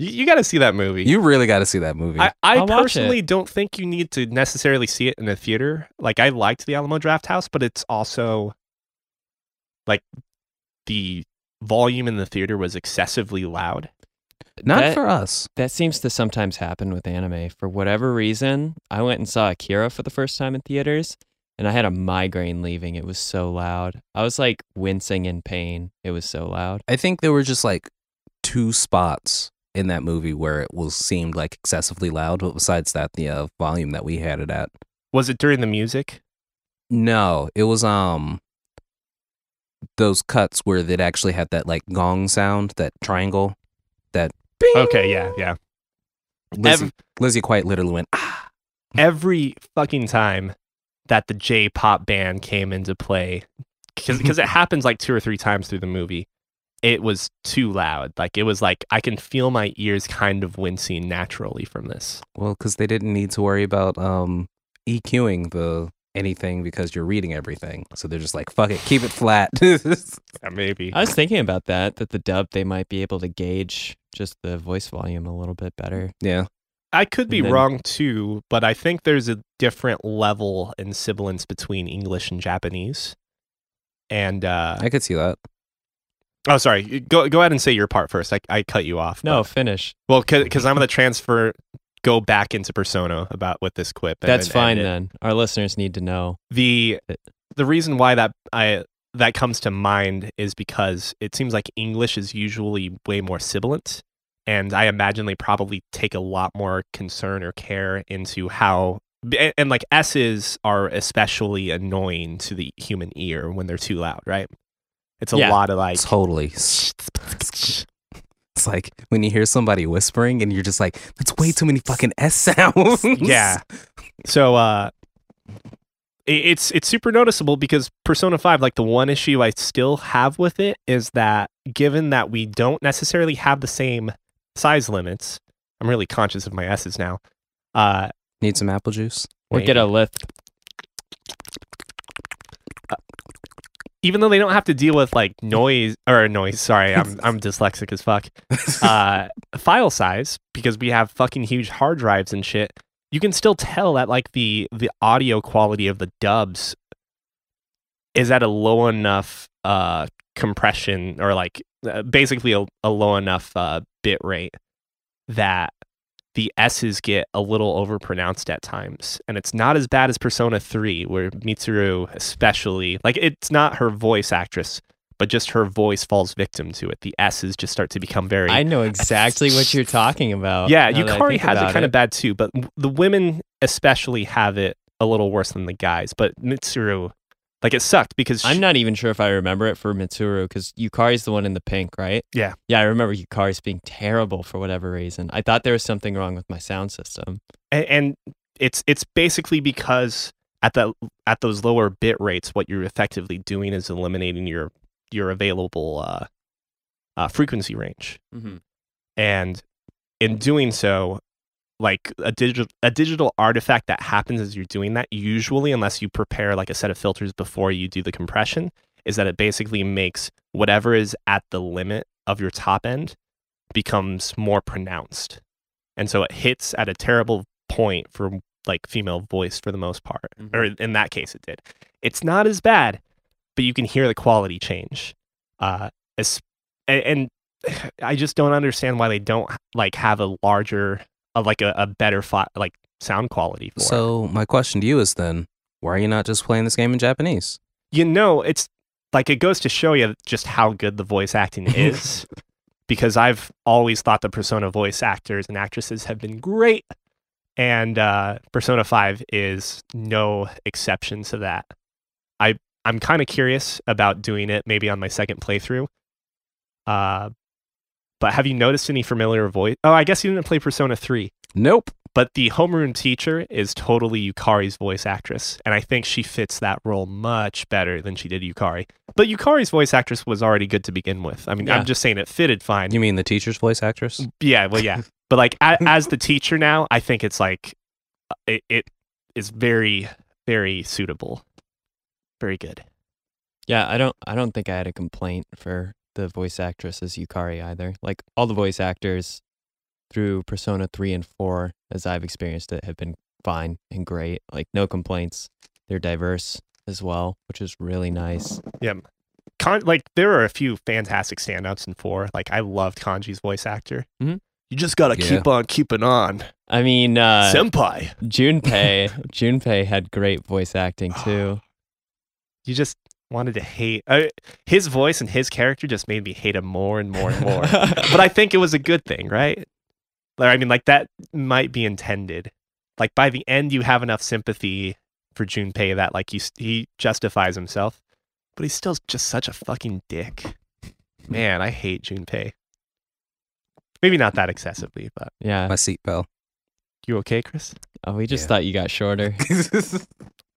[SPEAKER 3] You, you got to see that movie.
[SPEAKER 1] You really got to see that movie.
[SPEAKER 3] I, I
[SPEAKER 2] I'll watch
[SPEAKER 3] personally don't think you need to necessarily see it in a theater. Like I liked the Alamo Draft House, but it's also like the volume in the theater was excessively loud.
[SPEAKER 1] Not
[SPEAKER 2] that-
[SPEAKER 1] for us.
[SPEAKER 2] That seems to sometimes happen with anime. For whatever reason, I went and saw Akira for the first time in theaters, and I had a migraine leaving. It was so loud. I was like wincing in pain. It was so loud.
[SPEAKER 1] I think there were just like two spots in that movie where it was seemed like excessively loud. But besides that, the uh, volume that we had it at.
[SPEAKER 3] Was it during the music?
[SPEAKER 1] No, it was um those cuts where it actually had that like gong sound, that triangle, that bing.
[SPEAKER 3] Okay, yeah, yeah.
[SPEAKER 1] Lizzie,
[SPEAKER 3] Ev-
[SPEAKER 1] Lizzie quite literally went ah.
[SPEAKER 3] Every fucking time that the J-pop band came into play, because it happens like two or three times through the movie, it was too loud. Like it was like I can feel my ears kind of wincing naturally from this.
[SPEAKER 1] Well, because they didn't need to worry about um EQing the anything because you're reading everything. So they're just like, fuck it, keep it flat.
[SPEAKER 3] Yeah, maybe.
[SPEAKER 2] I was thinking about that, that the dub, they might be able to gauge just the voice volume a little bit better.
[SPEAKER 1] yeah.
[SPEAKER 3] I could be
[SPEAKER 2] And then-
[SPEAKER 3] wrong too, but I think there's a different level in sibilance between English and Japanese. And uh,
[SPEAKER 1] I could see that.
[SPEAKER 3] oh, sorry, go go ahead and say your part first. I, I cut you off.
[SPEAKER 2] No,
[SPEAKER 3] but-
[SPEAKER 2] finish.
[SPEAKER 3] well, because I'm gonna transfer, go back into persona about with this quip. and
[SPEAKER 2] That's fine
[SPEAKER 3] end it.
[SPEAKER 2] then. Our listeners need to know.
[SPEAKER 3] the
[SPEAKER 2] It-
[SPEAKER 3] the reason why that I that comes to mind is because it seems like English is usually way more sibilant, and I imagine they probably take a lot more concern or care into how and, and like s's are especially annoying to the human ear when they're too loud, right? It's a
[SPEAKER 2] Yeah.
[SPEAKER 3] lot of like
[SPEAKER 1] totally. It's like when you hear somebody whispering and you're just like, that's way too many fucking S sounds.
[SPEAKER 3] yeah. So uh i- it's it's super noticeable because Persona 5 like the one issue I still have with it is that given that we don't necessarily have the same size limits, I'm really conscious of my S's now. Uh
[SPEAKER 1] Need some apple juice?
[SPEAKER 2] Or get a lift.
[SPEAKER 3] even though they don't have to deal with like noise or noise, sorry, I'm I'm dyslexic as fuck. uh, file size because we have fucking huge hard drives and shit. You can still tell that like the the audio quality of the dubs is at a low enough uh compression or like uh, basically a, a low enough uh bit rate that the S's get a little overpronounced at times. And it's not as bad as Persona 3 where Mitsuru especially like it's not her voice actress but just her voice falls victim to it. The S's just start to become very
[SPEAKER 2] I know exactly what you're talking about.
[SPEAKER 3] yeah,
[SPEAKER 2] Uh, now that I
[SPEAKER 3] Yukari
[SPEAKER 2] think
[SPEAKER 3] has it
[SPEAKER 2] about
[SPEAKER 3] kind of bad too, but w- the women especially have it a little worse than the guys. But Mitsuru, like it sucked because
[SPEAKER 2] I'm
[SPEAKER 3] she-
[SPEAKER 2] not even sure if I remember it for Mitsuru because Yukari's the one in the pink, right?
[SPEAKER 3] Yeah.
[SPEAKER 2] Yeah, I remember Yukari's being terrible for whatever reason. I thought there was something wrong with my sound system.
[SPEAKER 3] and, and it's it's basically because at that at those lower bit rates, what you're effectively doing is eliminating your your available uh, uh, frequency range.
[SPEAKER 2] Mm-hmm.
[SPEAKER 3] and in doing so like a digital a digital artifact that happens as you're doing that usually unless you prepare like a set of filters before you do the compression is that it basically makes whatever is at the limit of your top end becomes more pronounced and so it hits at a terrible point for like female voice for the most part
[SPEAKER 2] Mhm.
[SPEAKER 3] or in that case it did it's not as bad but you can hear the quality change uh es- a- and I just don't understand why they don't like have a larger, uh, like a, a better fi- like sound quality for it.
[SPEAKER 1] So, my question to you is then, why are you not just playing this game in Japanese?
[SPEAKER 3] You know, it's like it goes to show you just how good the voice acting is, because I've always thought the Persona voice actors and actresses have been great, and uh, Persona Five is no exception to that. I I'm kind of curious about doing it maybe on my second playthrough. Uh, but have you noticed any familiar voice? Oh, I guess you didn't play Persona Three.
[SPEAKER 1] Nope.
[SPEAKER 3] But the homeroom teacher is totally Yukari's voice actress, and I think she fits that role much better than she did Yukari. But Yukari's voice actress was already good to begin with. I mean,
[SPEAKER 2] Yeah.
[SPEAKER 3] I'm just saying it fitted fine.
[SPEAKER 1] You mean the teacher's voice actress?
[SPEAKER 3] yeah, well, yeah. but like a, as the teacher now, I think it's like uh, it, it is very, very suitable, very good.
[SPEAKER 2] Yeah, I don't I don't think I had a complaint for the voice actress as Yukari either. Like all the voice actors through Persona 3 and 4 as I've experienced it have been fine and great. Like no complaints. They're diverse as well, which is really nice.
[SPEAKER 3] Con- like there are a few fantastic standouts in four. Like I loved Kanji's voice actor.
[SPEAKER 2] Mhm.
[SPEAKER 3] You just gotta
[SPEAKER 1] Yeah.
[SPEAKER 3] keep on keeping on,
[SPEAKER 2] I mean, uh,
[SPEAKER 3] senpai.
[SPEAKER 2] Junpei, Junpei had great voice acting too.
[SPEAKER 3] You just wanted to hate uh, his voice and his character. Just made me hate him more and more and more. but I think it was a good thing, right? Like, I mean, like that might be intended. Like by the end, you have enough sympathy for Junpei that like you, he justifies himself, but he's still just such a fucking dick. Man, I hate Junpei. Maybe not that excessively, but
[SPEAKER 2] yeah.
[SPEAKER 1] My seatbelt.
[SPEAKER 3] you okay, Chris?
[SPEAKER 2] Oh, we just
[SPEAKER 1] Yeah.
[SPEAKER 2] thought you got shorter.